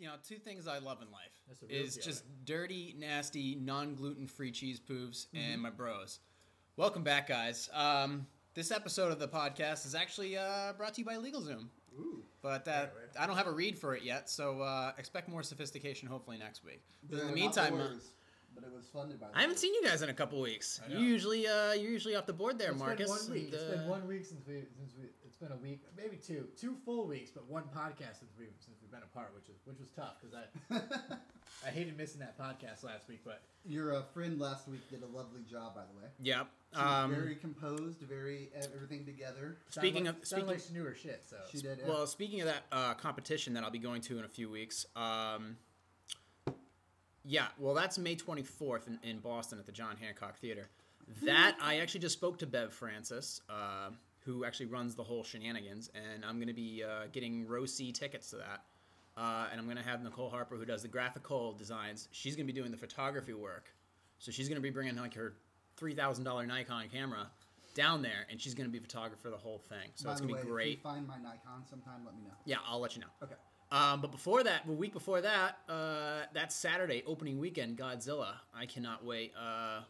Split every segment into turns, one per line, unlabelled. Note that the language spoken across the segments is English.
know, two things I love in life
That's the real
is
deal.
just dirty, nasty, non-gluten free cheese poofs
Mm-hmm.
and my bros. Welcome back, guys. Um, this episode of the podcast is actually uh, brought to you by LegalZoom,
Ooh.
but uh,
Right, right.
I don't have a read for it yet, so uh, expect more sophistication hopefully next week. But in
They're
the
not
meantime, uh,
lawyers, but it was funded by.
I haven't seen you guys in a couple weeks. You usually uh, you're usually off the board there,
It's
Marcus.
been one week.
and,
it's been
uh,
one week since we since we. It's been a week, maybe two, two full weeks, but one podcast since we since we've been apart, which is which was tough because I I hated missing that podcast last week, but
Your uh, friend last week did a lovely job, by the way.
Yep.
She was
Um,
very composed, very everything together.
sounded
Speaking
like,
of-
sounded
speaking-
like she knew her shit. So
She did.
Well, speaking of that uh, competition that I'll be going to in a few weeks, um, yeah, well, that's May 24th in, in Boston at the John Hancock Theater. That I actually just spoke to Bev Francis, uh, who actually runs the whole shenanigans, and I'm going to be uh, getting row C tickets to that. Uh, and I'm going to have Nicole Harper, who does the graphical designs. She's going to be doing the photography work. So she's going to be bringing like her $3,000 Nikon camera down there, and she's going to be photographer the whole thing. So
by
it's
the
going
way,
to be
If
great.
you find my Nikon sometime, let me know.
Yeah, I'll let you know.
Okay.
Um, but before that, the week before that, uh, that's Saturday, opening weekend, Godzilla. I cannot wait. Uh,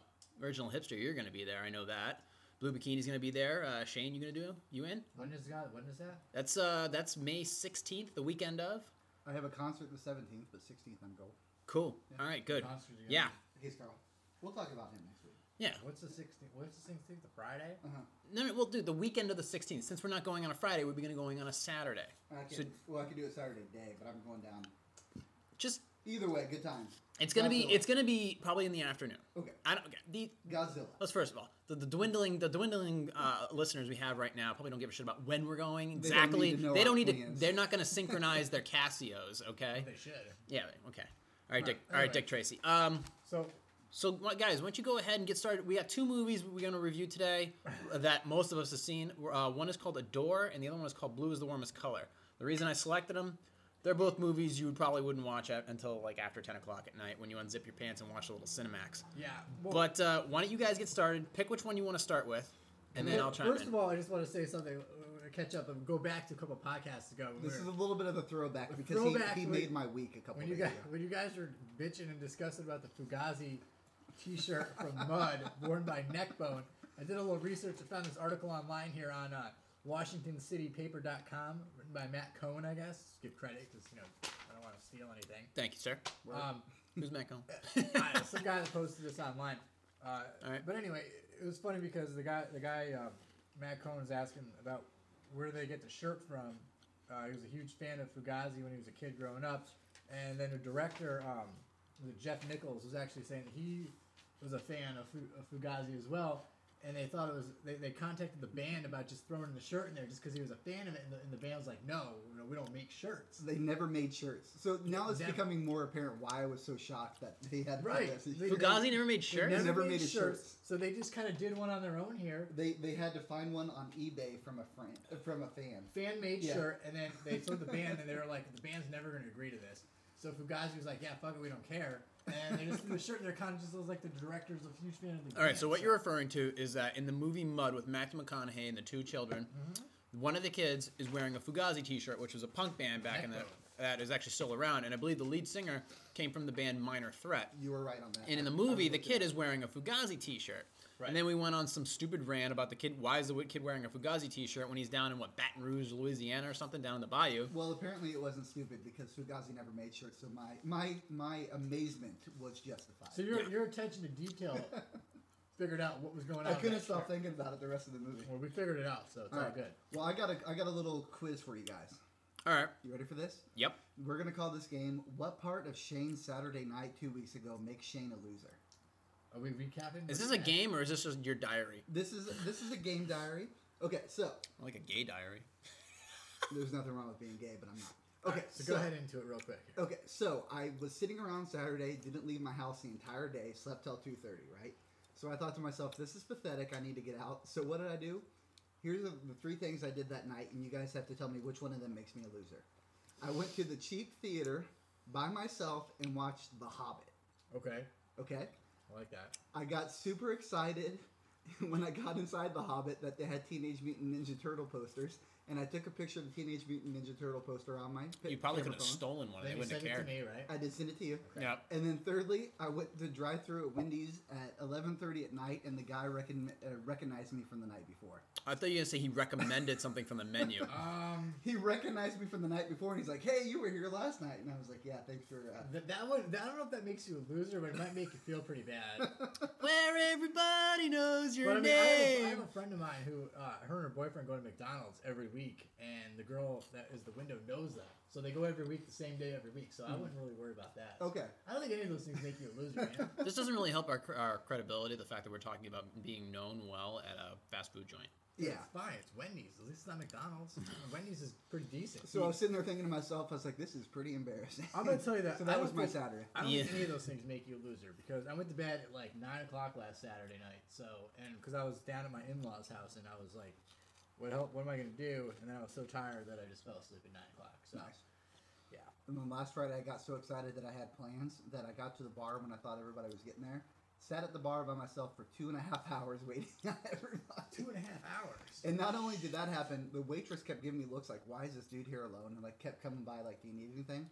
original hipster, you're going to be there. I know that. Blue Bikini's going to be there. Uh, Shane, you going to do? You in?
when is that? When is that?
That's uh, that's May 16th, the weekend of.
I have a concert the 17th, but 16th I'm gold.
Cool. All right, good.
Concert again.
Yeah,
He's Carl. We'll talk about him next week.
yeah.
What's the sixteenth? What's the sixteenth? The Friday?
Uh-huh.
No, no, well, dude, the weekend of the 16th. Since we're not going on a Friday, we'll be going to going on a Saturday.
I
So
can, well, I could do it Saturday day, but I'm going down.
just,
Either way, good time.
it's gonna be,
Godzilla.
it's gonna be probably in the afternoon.
Okay.
I don't. Okay, the
Godzilla.
Let's first of all, the, the dwindling the dwindling uh, listeners we have right now probably don't give a shit about when we're going
They don't
exactly.
need to know
They
our
don't need to.
plans.
They're not going to synchronize their Casios. Okay.
They should.
Yeah. Okay. All right, Dick. All right,
anyway.
Dick Tracy. Um.
So
So wh- guys, why don't you go ahead and get started? We got two movies we're going to review today that most of us have seen. Uh, one is called Adore, and the other one is called Blue is the Warmest Color. The reason I selected them, they're both movies you probably wouldn't watch at, until like after ten o'clock at night when you unzip your pants and watch a little Cinemax.
yeah, well,
But uh, why don't you guys get started? Pick which one you want to start with, and then I'll chime
First
in.
of all, I just want to say something. uh, uh, Catch up and go back to a couple podcasts ago. when we
This is
were-
a little bit of a throwback because
throwback
he, he
when-
made my week a couple
When
days
you guys
ago.
when you guys were bitching and discussing about the Fugazi T-shirt from Mud worn by Neckbone, I did a little research and found this article online here on uh, WashingtonCityPaper.com, written by Matt Cohen, I guess. Just give credit because you know I don't want to steal anything.
Thank you, sir.
Um,
Who's Matt Cohen?
I- some guy that posted this online. Uh,
All right.
But anyway, it was funny because the guy, the guy, uh, Matt Cohen was asking about where they get the shirt from. Uh, he was a huge fan of Fugazi when he was a kid growing up, and then the director, um, was it Jeff Nichols, was actually saying that he was a fan of, Fu- of Fugazi as well. And they thought it was they, they contacted the band about just throwing the shirt in there just because he was a fan of it, and the, and the band was like, no, no, we don't make shirts.
They never made shirts. So now it's
Never.
becoming more apparent why I was so shocked that they had
Right.
Fugazi.
They-
Fugazi never made shirts.
Never,
never
made,
made a shirt.
shirts, so they just kind of did one on their own here.
They they had to find one on eBay from a friend uh, from a fan.
fan made
Yeah.
shirt, and then they told the band, and they were like, the band's never going to agree to this. So Fugazi was like, yeah, fuck it, we don't care. And they just threw the shirt, and their kind of just was like the director's a huge fan of the
All right, so
band,
what you're referring to is that in the movie Mud with Matthew McConaughey and the two children,
Mm-hmm.
one of the kids is wearing a Fugazi T-shirt, which was a punk band back in the
Echo.
that is actually still around, and I believe the lead singer came from the band Minor Threat.
You were right on that.
And in the movie, the kid is wearing a Fugazi T-shirt.
Right.
And then we went on some stupid rant about the kid. Why is the kid wearing a Fugazi T-shirt when he's down in what Baton Rouge, Louisiana, or something down in the bayou?
well, apparently it wasn't stupid because Fugazi never made shirts, so my my my amazement was justified.
So your, your attention to detail figured out what was going on.
I
with
couldn't
that
stop
shirt.
thinking about it the rest of the movie.
Well, we figured it out, so it's all,
Alright.
good.
Well, I got a I got a little quiz for you guys.
All right.
You ready for this?
Yep.
We're gonna call this game "What Part of Shane's Saturday Night Two Weeks Ago Makes Shane a Loser."
Are we recapping?
Is
We're
this a
back.
game or is this just your diary?
This is this is a game diary. Okay, so
Like a gay diary.
there's nothing wrong with being gay, but I'm not. Okay,
So go ahead into it real quick.
Okay, so I was sitting around Saturday, didn't leave my house the entire day, slept till two thirty, right? So I thought to myself, this is pathetic. I need to get out. So what did I do? Here's the, the three things I did that night, and you guys have to tell me which one of them makes me a loser. I went to the cheap theater by myself and watched The Hobbit.
Okay.
Okay,
I like that.
Oh,
I got super excited when I got inside The Hobbit that they had Teenage Mutant Ninja Turtle posters, and I took a picture of the Teenage Mutant Ninja Turtle poster on my. pi-
You probably
camera
could have
phone.
stolen one.
Then
They
you
wouldn't have
sent it to
cared.
me, right?
I did send it to you.
Yeah.
And then thirdly, I went to drive through at Wendy's at 11:30 at night, and the guy recon- uh, recognized me from the night before.
I thought you were gonna say he recommended something from the menu.
Um,
He recognized me from the night before, and he's like, "Hey, you were here last night," and I was like, "Yeah, thanks for." Uh,
th- that one. I don't know if that makes you a loser, but it might make you feel pretty
uh,
bad.
Where everybody knows your
But I mean, I have, a, I
name.
have a friend of mine who, uh, her and her boyfriend go to McDonald's every week, and the girl that is the window knows that. So they go every week, the same day every week. So I wouldn't really worry about that.
Hmm. okay.
I don't think any of those things make you a loser, man.
this doesn't really help our, cr- our credibility. The fact that we're talking about being known well at a fast food joint.
Yeah.
It's fine. It's Wendy's. At least it's not McDonald's. Wendy's is pretty decent.
So I was sitting there thinking to myself, I was like, "This is pretty embarrassing."
I'm gonna tell you that
so
I
that
don't
was my
think-
Saturday.
I don't
Yeah.
think any of those things make you a loser because I went to bed at like nine o'clock last Saturday night. So and because I was down at my in-laws' house and I was like, "What help? What am I gonna do?" And then I was so tired that I just fell asleep at nine o'clock. So
Nice.
yeah,
And then last Friday, I got so excited that I had plans that I got to the bar when I thought everybody was getting there. Sat at the bar by myself for two and a half hours waiting on
two
everybody.
and a half hours.
And not only did that happen, the waitress kept giving me looks like, "Why is this dude here alone?" And like kept coming by, like, "Do you need anything?"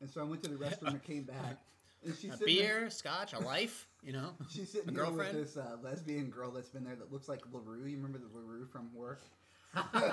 And so I went to the restroom and came back, and she's
A
sitting there-
beer, scotch, a life. You know.
She's sitting
A
here
girlfriend?
with this uh, lesbian girl that's been there that looks like Larue. You remember the Larue from work?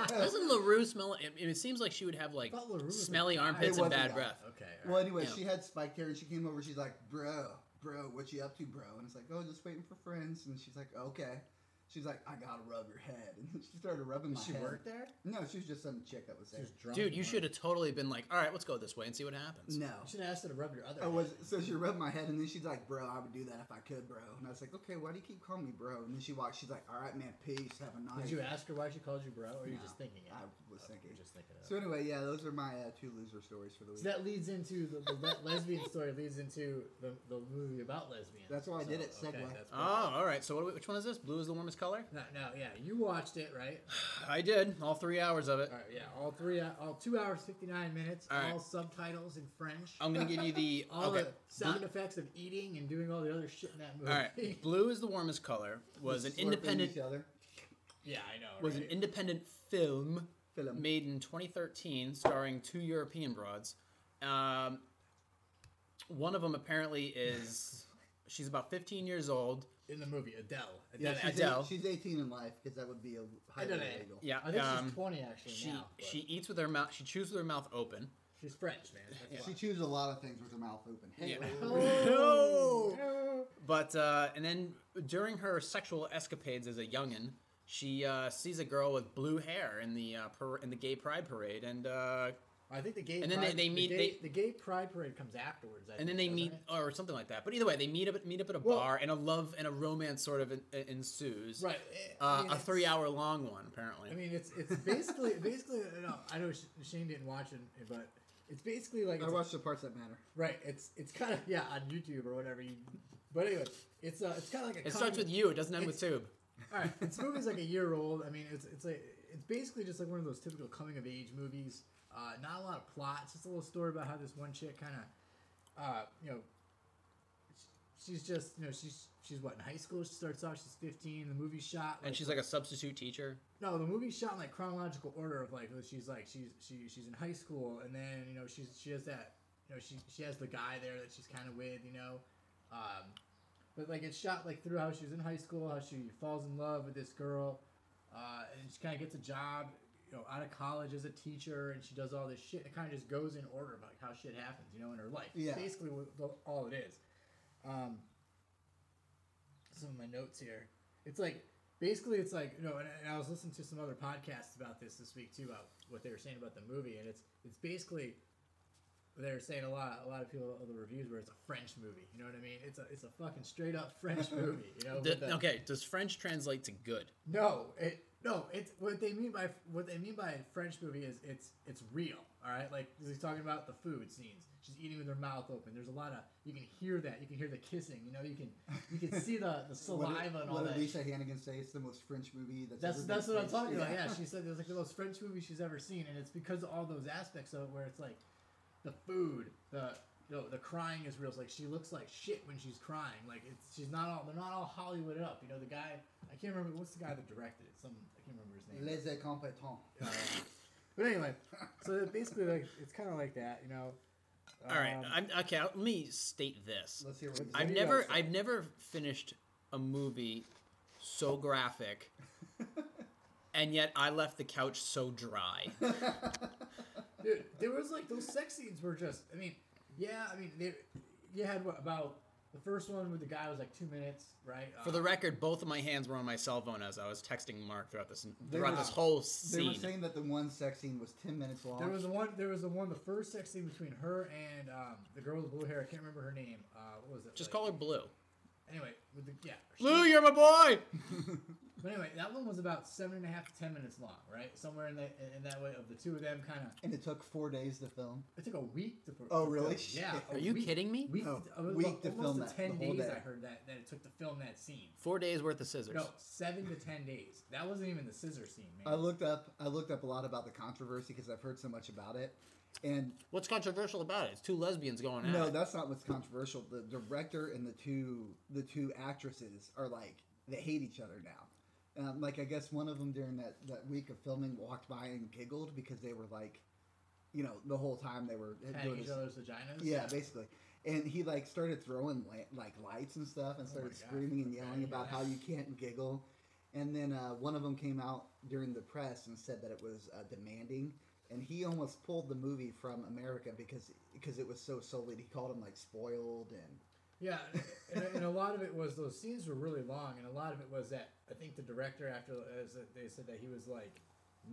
Doesn't Larue smell? I mean, it seems like she would have like
thought LaRue was a
smelly
guy.
armpits and
It was a
bad
guy.
breath.
Okay. all
Well,
right.
anyway,
Yeah.
she had spiked hair and she came over. She's like, "Bro, bro, what you up to, bro?" And it's like, "Oh, just waiting for friends." And she's like, "Okay." She's like, "I gotta rub your head," and she started rubbing my
Does she
head.
work there?
No, she was just some chick that was there.
She's drunk.
Dude, you should have totally been like, all right, let's go this way and see what happens.
No,
You should have asked her to rub your other.
I was.
hand.
So she rubbed my head, and then she's like, "Bro, I would do that if I could, bro." And I was like, "Okay, why do you keep calling me, bro?" And then she walked. She's like, "All right, man, peace. Have a nice."
Did you ask her why she called you bro, or you
No,
just thinking it?
I was thinking.
You're just thinking it.
So anyway, yeah, those are my uh, two loser stories for the week.
So that leads into the, the le- lesbian story leads into the, the movie about lesbians.
That's why I
So,
did it,
Okay,
segue.
that's
Oh,
cool.
all right. So what, which one is this? Blue is the warmest color.
No, no, yeah, you watched it, right?
I did all three hours of it.
All right, yeah, all three, hou- all two hours fifty nine minutes,
All
all,
right.
subtitles in French,
I'm gonna give you the
all
okay.
the sound effects of eating and doing all the other shit in that movie.
All right. Blue is the warmest color was an
Slurping
independent
each other.
yeah, I know.
was an
right?
independent film
Film.
made in 2013 starring two European broads. Um, one of them apparently is she's about 15 years old.
in the movie Adele.
Yeah,
Adele.
she's,
Adele.
eight- she's 18 in life because that would be a highly
don't know.
illegal.
Yeah,
I think
um,
she's twenty actually
she
now. but
she eats with her mouth. She chews with her mouth open.
she's French, man. That's
She
why.
chews a lot of things with her mouth open. Hey,
Yeah.
wait, wait, wait.
Oh, no.
But uh, and then during her sexual escapades as a youngin, she uh, sees a girl with blue hair in the uh, par- in the gay pride parade, and uh,
I think the gay
And then they-
pride-
they meet-
the gay,
they-
the gay pride parade comes afterwards. I
and then
think,
they meet
doesn't it?
or something like that. But either way, they meet up meet up at a
Well-
bar, and a love and a romance sort of en- en- ensues.
Right.
Uh,
I mean,
a
it's-
three hour long one apparently.
I mean, it's it's basically basically no. I know Sh- Shane didn't watch it, but it's basically like
I
it's-
watched the parts that matter.
right. It's it's kind of yeah on YouTube or whatever. You, but anyway, it's uh, it's kind of like a
it starts
comedy-
with you. It doesn't end with tube.
All right, this movie's like a year old. I mean, it's it's like it's basically just like one of those typical coming of age movies. Uh, not a lot of plot. It's just a little story about how this one chick kind of, uh, you know, sh- she's just you know she's she's what in high school. She starts off she's fifteen. The movie's shot
And
like,
she's like a substitute teacher.
No, the movie's shot in like chronological order of like she's like she's she, she's in high school and then you know she's she has that you know she she has the guy there that she's kind of with you know, um, but like it's shot like through how she was in high school how she falls in love with this girl, uh, and she kind of gets a job you know out of college as a teacher and she does all this shit it kind of just goes in order of like how shit happens you know in her life
Yeah.
basically what- the- all it is. Um, some of my notes here. It's like basically it's like you know, and, and I was listening to some other podcasts about this this week too about what they were saying about the movie, and it's it's basically they were saying a lot a lot of people of the reviews where it's a French movie. You know what I mean? It's a it's a fucking straight up French movie. You know?
The-
with the-
okay, does French translate to good?
No, it no. It's what they mean by what they mean by French movie is it's it's real. All right, like he's talking about the food scenes. She's eating with her mouth open. There's a lot of you can hear that. You can hear the kissing. You know, you can you can see the, the
What
saliva
did-
and all
what
that.
did Lisa Hannigan say? It's the most French movie that's
That's
ever
that's
been
what I'm
staged.
talking about. Yeah, she said it was like the most French movie she's ever seen, and it's because of all those aspects of it where it's like the food, the you know, the crying is real. It's like she looks like shit when she's crying. Like it's she's not all they're not all Hollywood up. You know, the guy I can't remember what's the guy that directed it. Some I can't remember his name.
Les Incompetents.
Uh, But anyway, so basically, like it's kind of like that, you know.
All right,
Um,
I'm, okay. Let me state this.
Let's hear what you
I-
I've
Maybe
never
that's it.
I've never finished a movie so graphic and yet I left the couch so dry.
Dude, there was like those sex scenes were just. I mean, yeah. I mean, they, you had what about the first one with the guy was like two minutes, right?
For the record, both of my hands were on my cell phone as I was texting Mark throughout this throughout
were-
this whole
They were
scene.
saying that the one sex scene was 10 minutes long.
There was the one. There was the one. The first sex scene between her and um, the girl with blue hair. I can't remember her name. Uh, what was it?
Just
like-
call her Blue.
Anyway, with the, yeah. she-
Blue, you're my boy.
But anyway, that one was about seven and a half to ten minutes long, right? Somewhere in that in that way of the two of them, kind of.
and it took four days to film.
It took a week to.
Oh,
to
really?
film. Yeah.
Shit.
a
Are you
week-
kidding me?
Week,
No,
uh,
week
about
to
almost
film
to
that,
Ten
the whole
days.
day.
I heard that that it took to film that scene.
4 days worth of scissors.
No, seven to ten days. That wasn't even the scissor scene,
I
man.
looked up. I looked up a lot about the controversy because I've heard so much about it. And
What's controversial about it? It's two lesbians going at
no,
it.
that's not what's controversial. The director and the two the two actresses are like they hate each other now. Um, like I guess one of them during that that week of filming walked by and giggled because they were like, you know, the whole time they were
Patting
doing
each
this-
other's vaginas.
Yeah, basically. And he like started throwing la- like lights and stuff, and
Oh my
started
God.
screaming and yelling
Okay.
about how you can't giggle. And then uh, one of them came out during the press and said that it was uh, demanding, and he almost pulled the movie from America because because it was so sullied. He called him like spoiled and
Yeah, and, and a lot of it was those scenes were really long, and a lot of it was that I think the director after as they said that he was like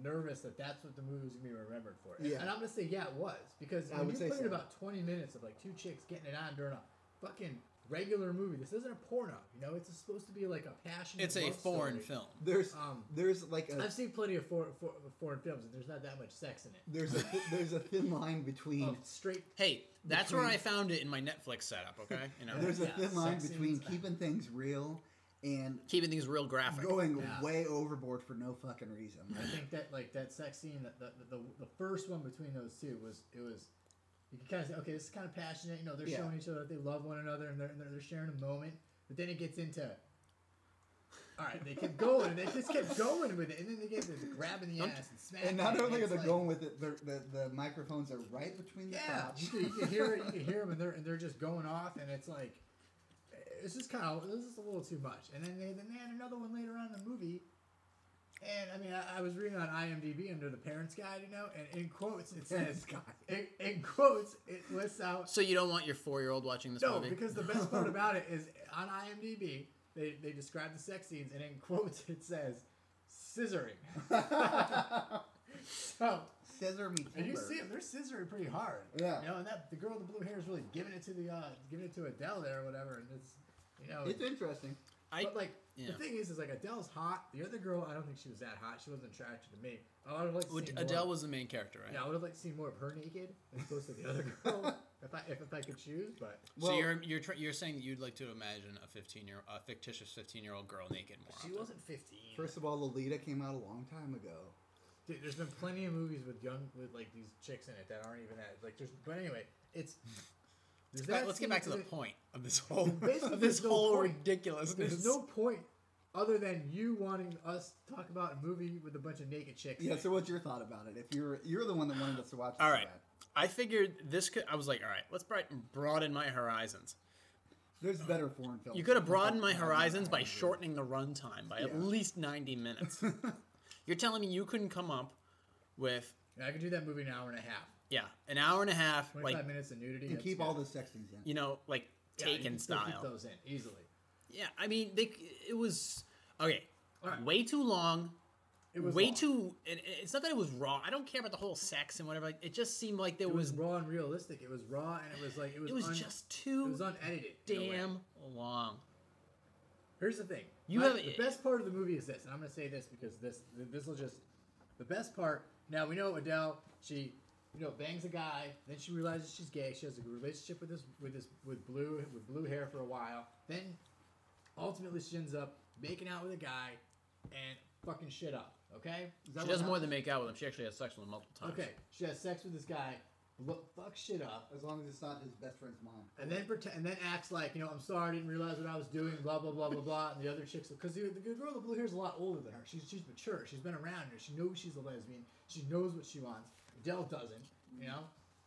nervous that that's what the movie was gonna be remembered for. And,
Yeah.
and I'm gonna say yeah, it was because
I
when
would
you
say
put in
so.
about 20 minutes of like two chicks getting it on during a fucking regular movie. This isn't a porno, you know. It's supposed to be like a passionate.
It's a
love
foreign
story.
film.
there's
Um,
there's like a
I've seen plenty of for, for, foreign films, and there's not that much sex in it.
there's a thi- there's a thin line between
Of straight
Hey, that's where
Between-
I found it in my Netflix setup, okay? You know,
there's a
yeah,
thin line
sex
between
scenes. Oh
keeping things real and
keeping things real graphic.
going
Yeah.
way overboard for no fucking reason.
I think that like that sex scene, that the, the the first one between those two was it was you can kind of say okay, this is kind of passionate. You know, they're
Yeah.
showing each other that they love one another and they're, and they're they're sharing a moment. But then it gets into all right, they kept going and they just kept going with it, and then they get this grabbing the
Don't-
ass and smacking.
And not
it,
only are
it's
they
like-
going with it, they're- the, the microphones are right between the
yeah,
crotch.
Um, you can, you can hear it, you can hear them, and they're and they're just going off, and it's like. It's just kind of this is a little too much, and then they then they had another one later on in the movie, and I mean I, I was reading on IMDb under the parents guide, you know, and in quotes it says in, in quotes it lists out
So you don't want your four-year-old watching this
no
movie?
because the best part about it is on IMDb they they describe the sex scenes, and in quotes it says scissoring. so
Scissor me
and you
timber.
see them, they're scissoring pretty hard.
Yeah.
You know, and that the girl with the blue hair is really giving it to the uh, giving it to Adele there or whatever, and it's you know.
It's interesting.
I,
but like
yeah.
the thing is, is like Adele's hot. The other girl, I don't think she was that hot. She wasn't attracted to me. Oh, I would have liked to
Would-
see
Adele
more.
was the main character, right?
Yeah, I would have liked to see more of her naked as opposed to the other girl. if I if, if I could choose, but
so
Well-
you're you're tr- you're saying that you'd like to imagine a 15 year a fictitious 15 year old girl naked more.
she
often.
wasn't fifteen.
First of all, Lolita came out a long time ago.
Dude, there's been plenty of movies with young with like these chicks in it that aren't even that like. There's but anyway, it's. there's
But
that
let's get
scene
back to
to
the point of this whole
Basically,
of this
there's no
whole
point.
ridiculousness.
There's no point other than you wanting us to talk about a movie with a bunch of naked chicks.
Yeah. So what's your thought about it? If you're you're the one that wanted us to watch. it
All
so
right.
bad.
I figured this could. I was like, all right, let's bright- broaden my horizons.
There's better foreign films.
You could have broadened my
Yeah,
horizons by
I agree.
shortening the runtime by at
Yeah.
least 90 minutes. You're telling me you couldn't come up with
And I could do that movie in an hour and a half.
yeah an hour and a half
25
like
minutes of nudity.
And
that's
keep
good.
all the sex scenes in.
you know like
Yeah, you
Taken
can still
style.
Keep those in easily.
Yeah, I mean, they, it was okay.
All right.
Way too long.
It was
way
raw.
too. And it- it's not that it was raw. I don't care about the whole sex and whatever. Like, it just seemed like there
It was
was.
raw and realistic. It was raw and it was like it was.
It was
un-
just
It
too
was unedited. in a way.
damn long.
Here's the thing.
You
My-
have-
the best part of the movie is this, and I'm gonna say this because this this will just the best part. Now we know Adele. She you know bangs a guy, then she realizes she's gay. She has a relationship with this with this with blue with blue hair for a while. Then ultimately she ends up making out with a guy and fucking shit up. Okay. Is that
She
what
does more
happened?
than make out with him. She actually has sex with him multiple times.
Okay. She has sex with this guy.
look, fuck shit up as long as it's not his best friend's mom.
And then pretend, and then acts like you know I'm sorry I didn't realize what I was doing blah blah blah blah blah and the other chicks because the, the girl with blue hair is a lot older than her she's she's mature she's been around her she knows she's a lesbian she knows what she wants Adele doesn't you know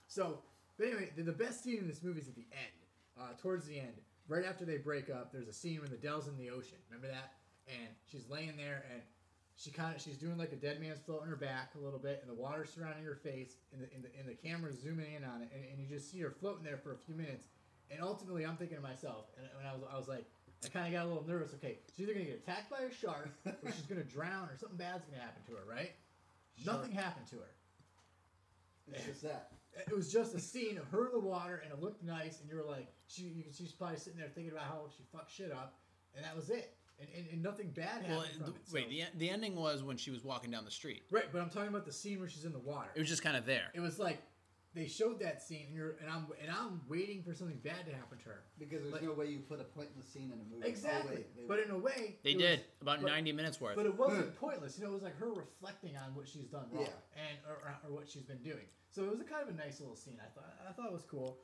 so but anyway the, the best scene in this movie is at the end uh, towards the end right after they break up there's a scene when Adele's in the ocean remember that and she's laying there and she kind of she's doing like a dead man's float on her back a little bit, and the water surrounding her face, and the and the, and the camera's zooming in on it, and, and you just see her floating there for a few minutes, and ultimately I'm thinking to myself, and when I was I was like, I kind of got a little nervous. Okay, she's either gonna get attacked by a shark, or she's gonna drown, or something bad's gonna happen to her, right? Nothing happened to her.
It's just that.
It was just a scene of her in the water, and it looked nice, and you were like, she you, she's probably sitting there thinking about how she fucked shit up, and that was it, and, and, and nothing bad happened.
Well,
from
the,
it, so-
wait. The, en- the ending was when she was walking down the street.
Right, but I'm talking about the scene where she's in the water.
It was just kind of there.
It was like they showed that scene, and you're and I'm and I'm waiting for something bad to happen to her.
Because there's
Like-
no way you put a pointless scene in a movie. Oh,
Exactly,
wait, they- Hmm.
but in a way
They
it
did
was-
about
but-
ninety minutes worth.
But it wasn't pointless. You know, it was like her reflecting on what she's done wrong
Yeah.
and or, or- or what she's been doing. So it was a kind of a nice little scene. I thought I thought it was cool,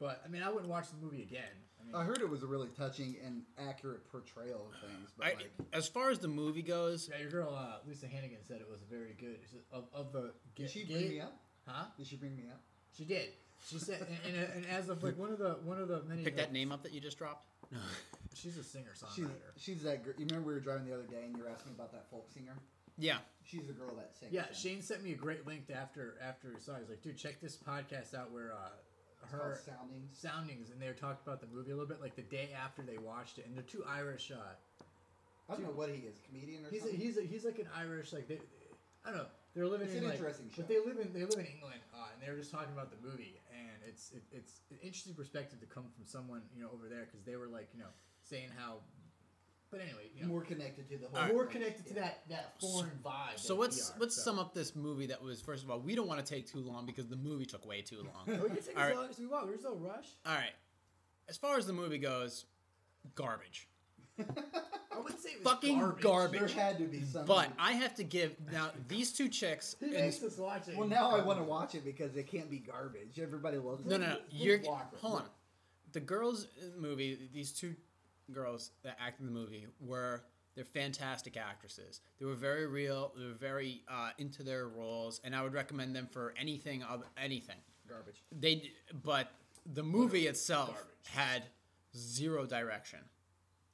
but I mean, I wouldn't watch the movie again. I mean,
I heard it was a really touching and accurate portrayal of things. But
I,
like,
as far as the movie goes,
yeah, your girl uh, Lisa Hannigan said it was very good. She said, Of, of the ga-
did she
ga-
bring me up?
Huh?
Did she bring me up?
She did. She said, and, and, and as of like one of the one of the many.
pick that name up that you just dropped. No.
She's a singer
She's,
songwriter.
she's that girl. You remember we were driving the other day and you were asking about that folk singer?
yeah.
She's the girl that sings.
Yeah,
then.
Shane sent me a great link to after after he saw. it. He's like, dude, check this podcast out where uh,
It's called
her
Soundings.
soundings and they were talking about the movie a little bit, like the day after they watched it. And they're two Irish. Uh,
I don't know what he is, comedian or
he's a,
something.
he's a, he's like an Irish like they, I don't know. They're living
It's
in
an
like,
interesting show.
but they live in they live in England, uh, and they were just talking about the movie, and it's it, it's an interesting perspective to come from someone you know over there because they were like you know saying how, but anyway, you know,
more connected to the whole.
more,
thing.
connected to
Yeah.
that that foreign vibe.
So
that
let's
we are,
let's
so.
sum up this movie that was first of all we don't want to take too long because the movie took way too long.
We can take
All
as
right.
long as we want. There's no rush.
all right. As far as the movie goes, garbage.
I wouldn't say it was
Fucking
garbage.
garbage.
There had to be something.
But I have to give now these two chicks.
He
and-
makes us watch it.
Well, now I want to watch it because it can't be garbage. Everybody loves
no,
it.
no, no.
Let's
You're
walk it.
hold on. The girls in the movie, these two girls that acted in the movie were they're fantastic actresses. They were very real. They were very uh, into their roles, and I would recommend them for anything of anything.
garbage.
They, d- but the movie itself
garbage.
had zero direction.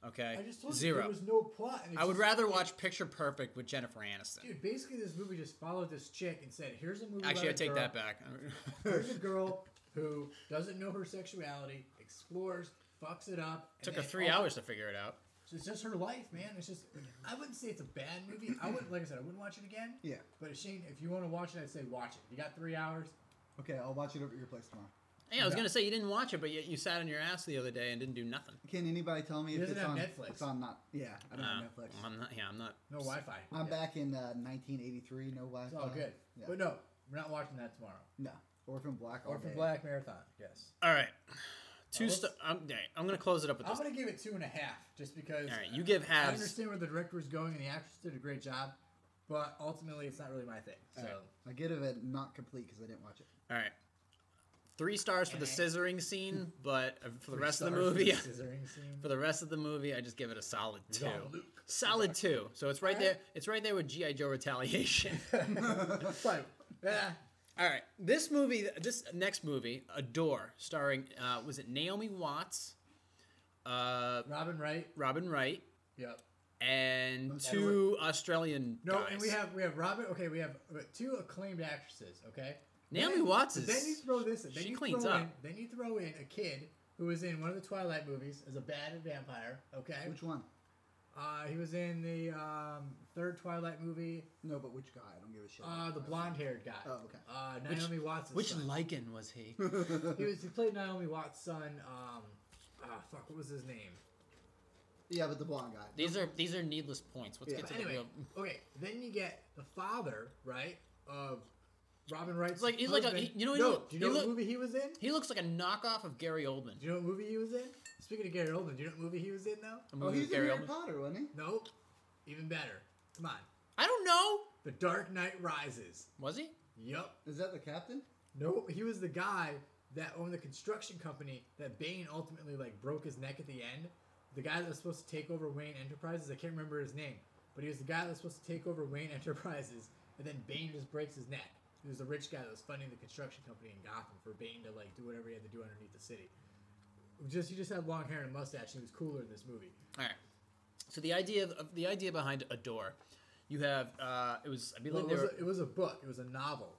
Okay,
I just told you
zero.
there was no plot. and it
I would
just-
rather watch Picture Perfect with Jennifer Aniston.
Dude, basically, this movie just followed this chick and said, "Here's a movie."
Actually, I
about a
take that
girl-
back.
Here's a girl who doesn't know her sexuality, explores, fucks it up. and
Took her
then
three
all-
hours to figure it out.
So it's just her life, man. It's just. I wouldn't say it's a bad movie. I wouldn't, like I said, I wouldn't watch it again.
Yeah.
But if Shane, if you want to watch it, I'd say watch it. You got three hours.
Okay, I'll watch it over at your place tomorrow.
Yeah, I was
No.
gonna say you didn't watch it, but yet you sat on your ass the other day and didn't do nothing.
Can anybody tell me
It
if
doesn't
it's
have
on
Netflix.
It's on not. Yeah, I don't
Uh,
have Netflix.
I'm not. Yeah, I'm not.
No Wi-Fi.
I'm
Yeah.
back in uh, 1983. No Wi-Fi.
It's all good.
Yeah.
But no, we're not watching that tomorrow.
no, Orphan Black. all
Orphan
day.
Black Marathon. Yes.
All right, two.
let's-
St- I'm, yeah, I'm gonna close it up with
Uh, I'm
this.
gonna give it two and a half, just because.
All right, you give
I
halves.
understand where the director was going, and the actress did a great job, but ultimately, it's not really my thing. So
I get it not complete because I didn't watch it.
All right, three stars for the
Eh.
scissoring scene, but uh, for the
Three
rest of the
stars for
movie,
scissoring scene.
for the rest of the movie, I just give it a solid two.
Don Luke.
Solid two. So it's right
All
there.
right.
It's right there with GI Joe Retaliation.
But, yeah,
All right, this movie, this next movie, Adore, starring uh, was it Naomi Watts, uh,
Robin Wright.
Robin Wright,
Yep.
and
Okay.
two Australian
No,
guys.
and we have we have Robin. Okay, we have uh, two acclaimed actresses. Okay.
Naomi
Then-
Watts
but Then
is-
you throw this. In. Then
she
you
cleans
throw
up.
In, then you throw in a kid who was in one of the Twilight movies as a bad vampire. Okay.
Which one?
Uh, he was in the um, third Twilight movie.
No, but which guy? I don't give a shit.
Uh, the blonde-haired guy.
Oh, okay.
Uh,
Which-
Naomi Watts. Hmm.
Which
son.
lichen was he?
he was. He played Naomi Watts' son. Um, ah, fuck. What was his name?
yeah, but the blonde guy.
these are these are needless points. Let's
Yeah.
get to
But
the
anyway,
real.
okay. Then you get the father, right? Of Robin Wright's.
like- he's like a-
husband.
he- you know, he
No,
look-
do you know
he
what
look-
movie he was in?
He looks like a knockoff of Gary Oldman.
Do you know what movie he was in? Speaking of Gary Oldman, do you know what movie he was in though?
A
oh,
movie
he's
with
in
Gary Oldman.
Harry Potter, wasn't he?
Nope. Even better. Come on.
I don't know.
The Dark Knight Rises.
Was he?
Yup.
Is that the captain?
No, he was the guy that owned the construction company that Bane ultimately like broke his neck at the end. The guy that was supposed to take over Wayne Enterprises, I can't remember his name, but he was the guy that was supposed to take over Wayne Enterprises, and then Bane just breaks his neck. He was the rich guy that was funding the construction company in Gotham for Bane to like do whatever he had to do underneath the city. Just he just had long hair and a mustache, and he was cooler in this movie.
All right. So the idea of, of the idea behind Adore, you have uh, it was I
Well,
believe
it,
they
was
were,
a, it was a book. It was a novel.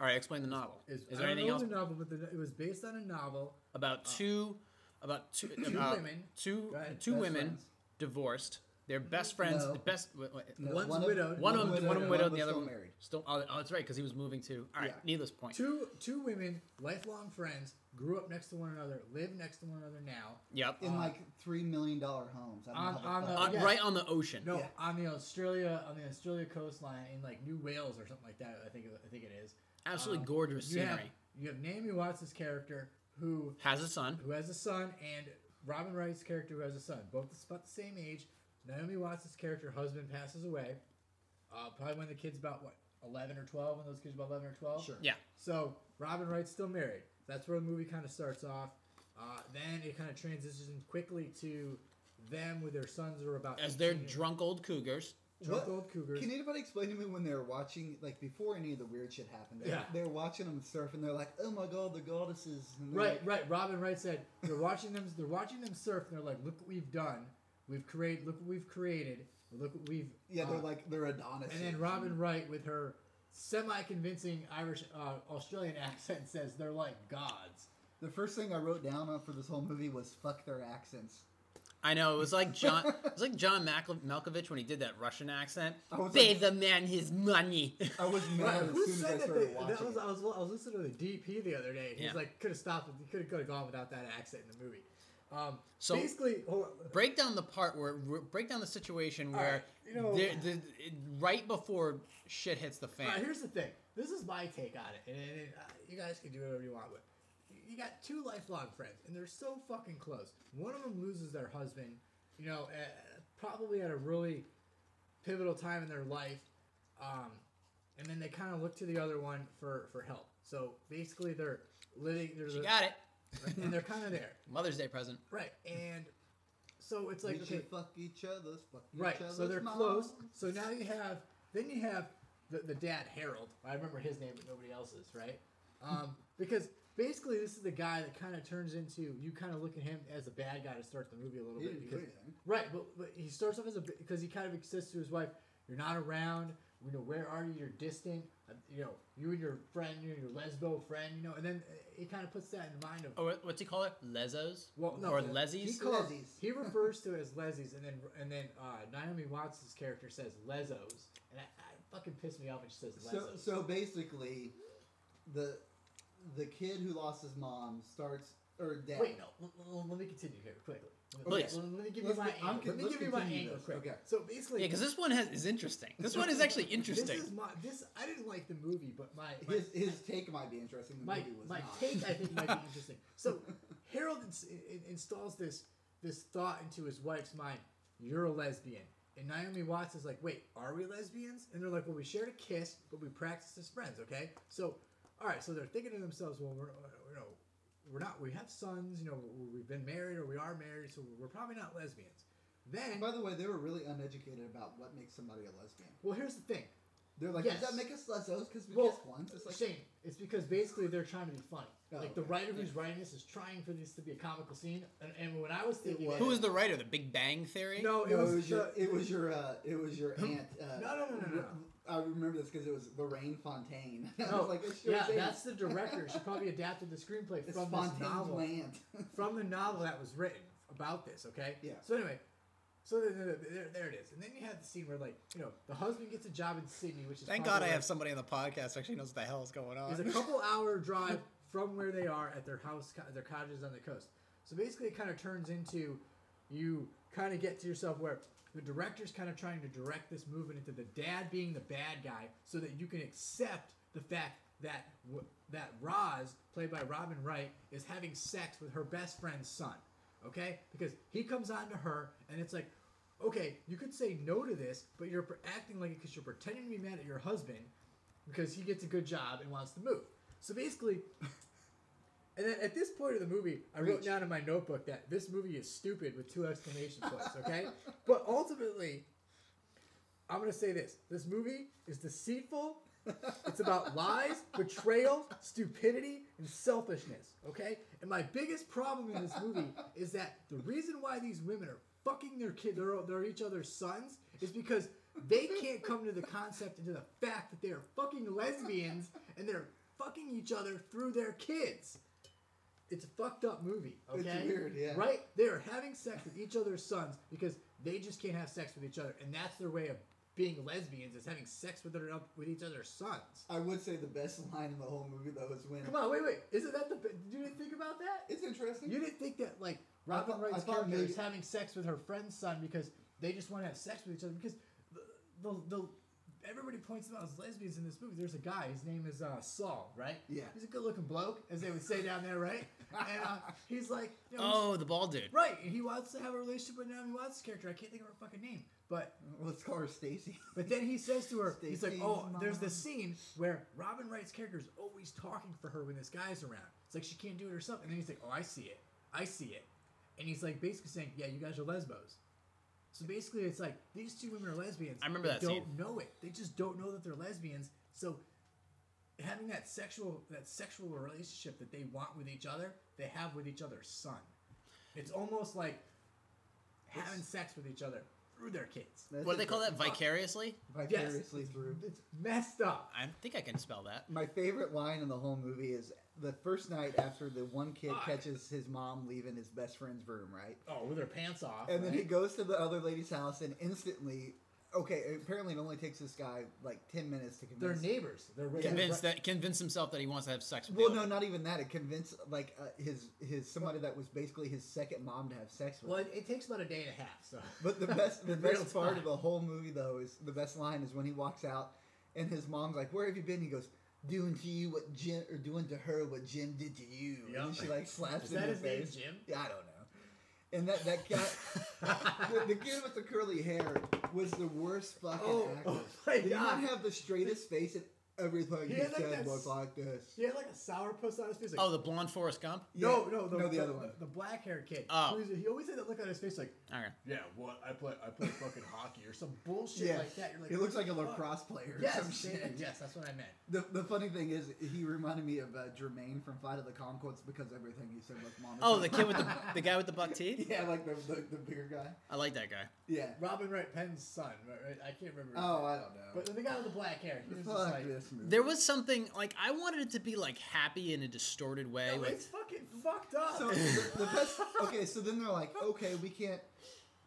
all right. Explain the novel.
It was-
Is,
I
there
don't
anything
know
else
The novel, but the, it was based on a novel.
about two about two,
uh, Two
about
women.
two
Go ahead.
two
Best
women
friends.
divorced. They're best friends.
No.
The best. Wait, wait,
No,
One's
of-
widowed.
One of
One
them,
widowed
one of
and
them
one
widowed,
was
the other
still
one
married.
still. Oh, oh, that's right, because he was moving to. All right,
Yeah.
needless point.
Two two women, lifelong friends, grew up next to one another, live next to one another now.
Yep.
in like three million dollar homes. I don't
Uh, on-
know
on uh,
how the
the-
fuck-
On-
yeah.
Right on the ocean.
No,
Yeah.
on the Australia on the Australia coastline in like New Wales or something like that. I think I think it is.
Absolutely
Um,
gorgeous
You
scenery.
have, you have Naomi Watts' character who
Has a son.
who has a son, and Robin Wright's character who has a son. Both about the same age. Naomi Watts' character husband passes away. Uh, probably when the kid's about what eleven or twelve. When those kids about eleven or twelve.
Sure.
Yeah.
So Robin Wright's still married. That's where the movie kind of starts off. Uh, then it kind of transitions quickly to them with their sons who are about
As they're
18 years-
drunk old cougars.
drunk
What?
old cougars.
Can anybody explain to me when they were watching, like before any of the weird shit happened? They,
Yeah.
they were watching them surf, and they're like, "Oh my god, the goddesses!" And they're
Right,
like,
right. Robin Wright said they're watching them. They're watching them surf, and they're like, "Look what we've done. We've created. Look what we've created. Look what we've."
Yeah, they're
uh,
like they're Adonis.
And then Robin Wright, with her semi-convincing Irish uh, Australian accent, says they're like gods.
The first thing I wrote down on for this whole movie was "fuck their accents."
I know it was like John. it was like John Malko- Malkovich when he did that Russian accent.
I was
Pay
like-
the man his money.
I was mad
Who
as soon
said
as I
that?
started
they-
watching.
that was, I was I was listening to the DP the other day. He's
Yeah.
like, could have stopped. He could have gone without that accent in the movie. Um,
So-
basically, hold on.
break down the part where where- break down the situation where
right, you know-
they're- the, it- right before shit hits the fan.
All right, here's the thing. This is my take on it, and, and, and, uh, you guys can do whatever you want with. it. You got two lifelong friends, and they're so fucking close. One of them loses their husband, you know, uh, probably at a really pivotal time in their life, um, and then they kind of look to the other one for for help. So basically, they're living. There's
she
a,
got it.
and they're kind of there,
Mother's Day present.
right? And so it's
We
like
should
okay,
fuck each other's fuck
Right,
Each other's
so they're
mom.
close. So now you have, then you have the, the dad Harold. I remember his name, but nobody else's, right? Um, because basically, this is the guy that kind of turns into you. Kind of look at him as the bad guy to start the movie a little
He
bit.
didn't do
Because,
anything.
right, but, but he starts off as a because he kind of says to his wife, "You're not around. You know, where are you? You're distant. Uh, You know, you and your friend, you and your lesbo friend. You know." And then uh, he kind of puts that in mind of
Or what's he call it? Lezos?
well, no,
or
the- He
Lezzies?
calls
Lezzies.
he refers to it as Lezzies, and then and then uh, Naomi Watts' character says Lezos, and I, I fucking pissed me off when she says
So,
Lezos.
so basically, the the kid who lost his mom starts or dad.
Wait, no, l- l- let me continue here quickly. Let me-
Please.
Let, me- let me give
Let's
you my
get- I'm
angle.
con-
let me
let's
give you my
continue
angle
this.
quick.
Okay.
So basically,
Yeah, because this one has is interesting. This one is actually interesting.
This is my this. I didn't like the movie, but my my,
His, his take might be interesting. The
my,
movie was
my
not.
take I think might be interesting. So Harold ins- in- installs this this thought into his wife's mind: you're a lesbian. And Naomi Watts is like, wait, are we lesbians? And they're like, well, we shared a kiss, but we practiced as friends, okay? So, all right, so they're thinking to themselves, well, we're, uh, you know, we're not, we have sons, you know, we- we've been married or we are married, so we're probably not lesbians. Then,
By the way, they were really uneducated about what makes somebody a lesbian.
well, here's the thing.
They're like,
Yes.
does that make us lesbos because we
Well,
kissed once? It's like,
Shane, it's because basically they're trying to be funny.
Oh,
like the
okay.
writer who's writing this is trying for this to be a comical scene, and, and when I was thinking,
was.
it-
Who was the writer? The Big Bang Theory?
No, it
no,
was, the,
your, "Oh, it was your, uh, it was your aunt. Uh,
No, no, no, no, no.
I remember this because it was Lorraine Fontaine. I
no,
was like, it's your
yeah,
aunt.
that's the director. She probably adapted the screenplay
it's
from this
Fontaine's
novel.
land.
from the novel that was written about this. Okay.
Yeah.
So anyway, so there, there, there- there it is, and then you have the scene where like you know the husband gets a job in Sydney, which is
Thank
probably,
God I
like,
have somebody on the podcast who actually knows what the hell is going on.
is a couple hour drive from where they are at their house, co- their cottages on the coast. So basically, it kind of turns into you kind of get to yourself where the director's kind of trying to direct this movement into the dad being the bad guy, so that you can accept the fact that w- that Roz, played by Robin Wright, is having sex with her best friend's son. Okay, because he comes on to her, and it's like, okay, you could say no to this, but you're pr- acting like it because you're pretending to be mad at your husband because he gets a good job and wants to move. So basically, and then at this point of the movie, I wrote
Preach.
down in my notebook that this movie is stupid with two exclamation points. Okay, but ultimately, I'm gonna say this: this movie is deceitful. It's about lies, betrayal, stupidity, and selfishness. Okay, and my biggest problem in this movie is that the reason why these women are fucking their kid, their, their each other's sons, is because they can't come to the concept and to the fact that they are fucking lesbians and they're fucking each other through their kids. It's a fucked up movie. Okay?
It's weird, yeah.
Right? They are having sex with each other's sons because they just can't have sex with each other, and that's their way of being lesbians is having sex with their with each other's sons.
I would say the best line in the whole movie though is when
Come on, wait, wait. Isn't that the? You didn't think about that?
it's interesting.
You didn't think that like Robin
thought- I
Wright's
thought
character
maybe-
is having sex with her friend's son because they just want to have sex with each other because the the, the everybody points them out as lesbians in this movie. There's a guy. His name is uh, Saul, right?
Yeah.
He's a good-looking bloke, as they would say down there, right? And uh, he's like, you know, he's-
Oh, the bald dude.
right. And he wants to have a relationship with Naomi Watts' character. I can't think of her fucking name, but
Let's call her Stacy.
but then he says to her, he's like,
Stacy's
oh, there's
mom.
this scene where Robin Wright's character is always talking for her when this guy's around. It's like she can't do it herself. And then he's like, oh, I see it. I see it. And he's like basically saying, yeah, you guys are lesbos. So basically, it's like these two women are lesbians.
I remember
They
that
don't
scene.
know it. They just don't know that they're lesbians. So having that sexual that sexual relationship that they want with each other, they have with each other's son. It's almost like having sex with each other through their kids.
That's
What do they call that?
interesting.
Vicariously?
Vicariously through.
It's messed up.
I think I can spell that.
My favorite line in the whole movie is the first night after the one kid
Fuck.
catches his mom leaving his best friend's room, right?
Oh, with her pants off.
And then he
right?
goes to the other lady's house and instantly, okay, apparently it only takes this guy like 10 minutes to
they're
convince.
neighbors. They're right.
Convince that convince himself that he wants to have sex with
well,
the
no,
other.
not even that. It convinced like uh, his his somebody that was basically his second mom to have sex with.
Well, it, it takes about a day and a half. So.
But the best the
Real
best part
time.
of the whole movie though is the best line is when he walks out and his mom's like, "Where have you been?" He goes, "Doing to you what Jim or doing to her what Jim did to you."
Yep.
And she like slaps
Is
him
that
in
his
the
name,
face.
Jim?
Yeah, I don't know. And that that guy, the, the kid with the curly hair, was the worst fucking
Oh,
actor.
oh my
did he
god!
not have the straightest face and everything
He
he,
had, like,
said
that
was
s-
like this.
he had like a sourpuss on his face. Like,
Oh, the blonde Forrest Gump?
no,
Yeah.
no, the,
no, the other one.
the black haired kid.
Oh.
Who's- he always had that look on his face, like,
Okay.
yeah, what I play, I play fucking hockey or some bullshit
Yeah.
like that. You're like,
He looks
what
like
the
a
fuck?
lacrosse player or some
Yes,
shit.
yes, that's what I meant.
The, the funny thing is, he reminded me of uh, Jermaine from Flight of the Concords because everything he said was monotone.
Oh, the kid with the the guy with the buck teeth?
yeah, like the, the, the bigger guy.
I like that guy.
Yeah.
Robin Wright Penn's son. right- right? I can't remember. his
Oh,
name.
I don't know.
but the guy with the black hair. He was just
Fuck
like,
this movie.
There was something like I wanted it to be like happy in a distorted way.
no,
like
it's fucking fucked up.
so the, the best. Okay, so then they're like, okay, we can't.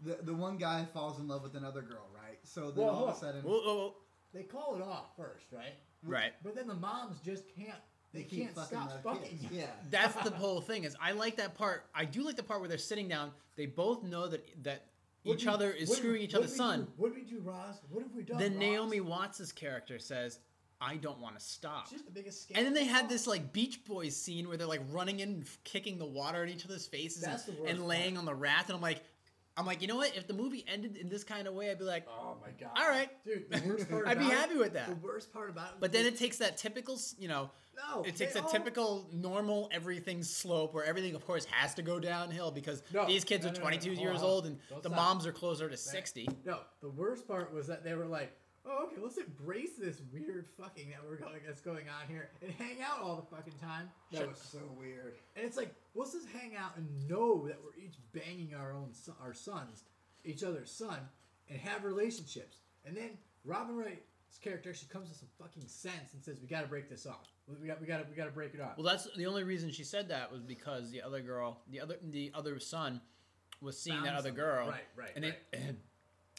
The, the one guy falls in love with another girl, right? So then
Well,
all of a
hold
sudden,
Whoa, whoa, whoa.
they call it off first, right?
Right.
But then the moms just can't. They,
keep
can't stop
their
fucking.
kids. Yeah.
That's the whole thing. Is I like that part. I do like the part where they're sitting down. They both know that that
What
each
we-
other is
what
screwing
we-
each
what
other's
we
son.
do- What did we do, Roz? What have we done?
Then
Roz?
Naomi Watts' character says, "I don't want to stop."
She's the biggest.
And then they
scandal.
had this like Beach Boys scene where they're like running in, and f- kicking the water at each other's faces,
That's
and,
the worst
and laying on the raft. And I'm like, I'm like, you know what? If the movie ended in this kind of way, I'd be like,
Oh my god!
All right.
dude. The worst part.
I'd be
about it-
happy with that.
The worst part about it.
But then it takes that typical, s- you know,
no.
it takes
they
a
all-
typical normal everything slope where everything, of course, has to go downhill because
No,
these kids
no,
are
no, no, no.
22
Hold on,
years
hold on.
old and
Don't
the
stop.
moms are closer to 60.
No, the worst part was that they were like, "Oh, okay, let's embrace this weird fucking that we're going that's going on here and hang out all the fucking time."
That was so weird.
And it's like, let's just hang out and know that we're each banging our own son, our sons, each other's son, and have relationships. And then Robin Wright's character actually comes to some fucking sense and says, "We got to break this off. We got, we got, to, we got to break it off."
Well, that's the only reason she said that was because the other girl, the other, the other son, was seeing
Found
that other
something.
girl,
Right, right,
and it,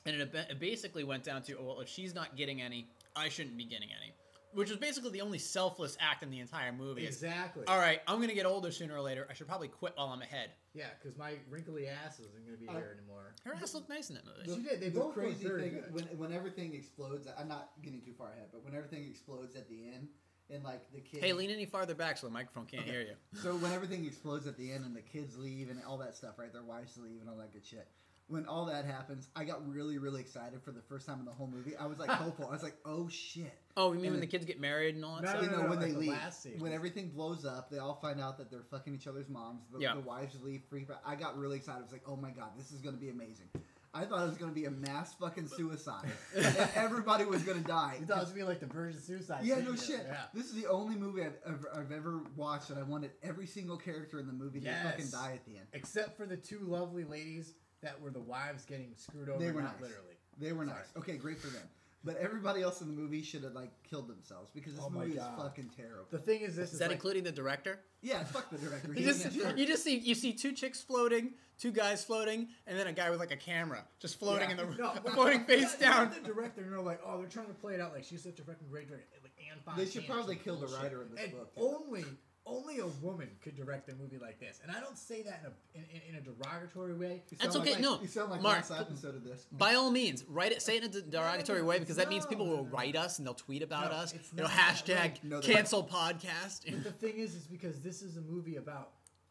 and it, ab- it basically went down to, oh, well, if she's not getting any, I shouldn't be getting any, which was basically the only selfless act in the entire movie. is,
exactly.
All right, I'm gonna get older sooner or later. I should probably quit while I'm ahead.
Yeah, because my wrinkly ass isn't gonna be
I-
here anymore.
Her ass looked nice in that movie.
She did. They
Uh, the
both look
crazy
very
thing
good.
when when everything explodes. I'm not getting too far ahead, but when everything explodes at the end, and like the kid.
Hey, lean any farther back so the microphone can't hear you.
So when everything explodes at the end and the kids leave and all that stuff, right? Their wives leave and all that good shit. when all that happens, I got really, really excited for the first time in the whole movie. I was like hopeful. I was like, oh shit.
Oh, you mean when
And
the
it-
kids get married and all that
No,
stuff?
you
no,
know,
no,
when
like
they
the
leave,
last scene.
when everything blows up, they all find out that they're fucking each other's moms. The,
Yeah.
the wives leave, freak out. I got really excited. I was like, oh my god, this is gonna be amazing. I thought it was gonna be a mass fucking suicide. And Everybody was gonna die.
You thought it was gonna be like the Virgin Suicide.
Yeah, no
Syndrome.
shit.
Yeah.
This is the only movie I've ever, I've ever watched that I wanted every single character in the movie
Yes.
to fucking die at the end.
Except for the two lovely ladies that were the wives getting screwed over.
They were
not
nice.
literally.
They were
Sorry.
nice. Okay, great for them. But everybody else in the movie should have like killed themselves because this
Oh my
movie is
God.
fucking terrible.
The thing is, this
Is that
like,
including the director?
yeah, fuck the director.
You
He's a
just,
jerk.
you just see you see two chicks floating, two guys floating, and then a guy with like a camera just floating
Yeah.
in the
No,
floating face
not-
down.
not The director, and they're like, oh, they're trying to play it out like she's such a fucking great director. Like Anne
They
Fontaine
should
or
probably
some
kill the
bullshit.
writer of this
and
book.
Only, only a woman could direct a movie like this, and I don't say that in a in, in, in a derogatory way.
You
That's
sound
okay,
Like,
no.
you sound like
Mark,
last episode of this.
By all means, write it. Say it in a derogatory way because that means
No,
people
no,
will
no.
write us and they'll tweet about
No,
us.
it's
You know,
not that
hashtag
way.
No, they're-
cancel podcast.
But the thing is, is because this is a movie about,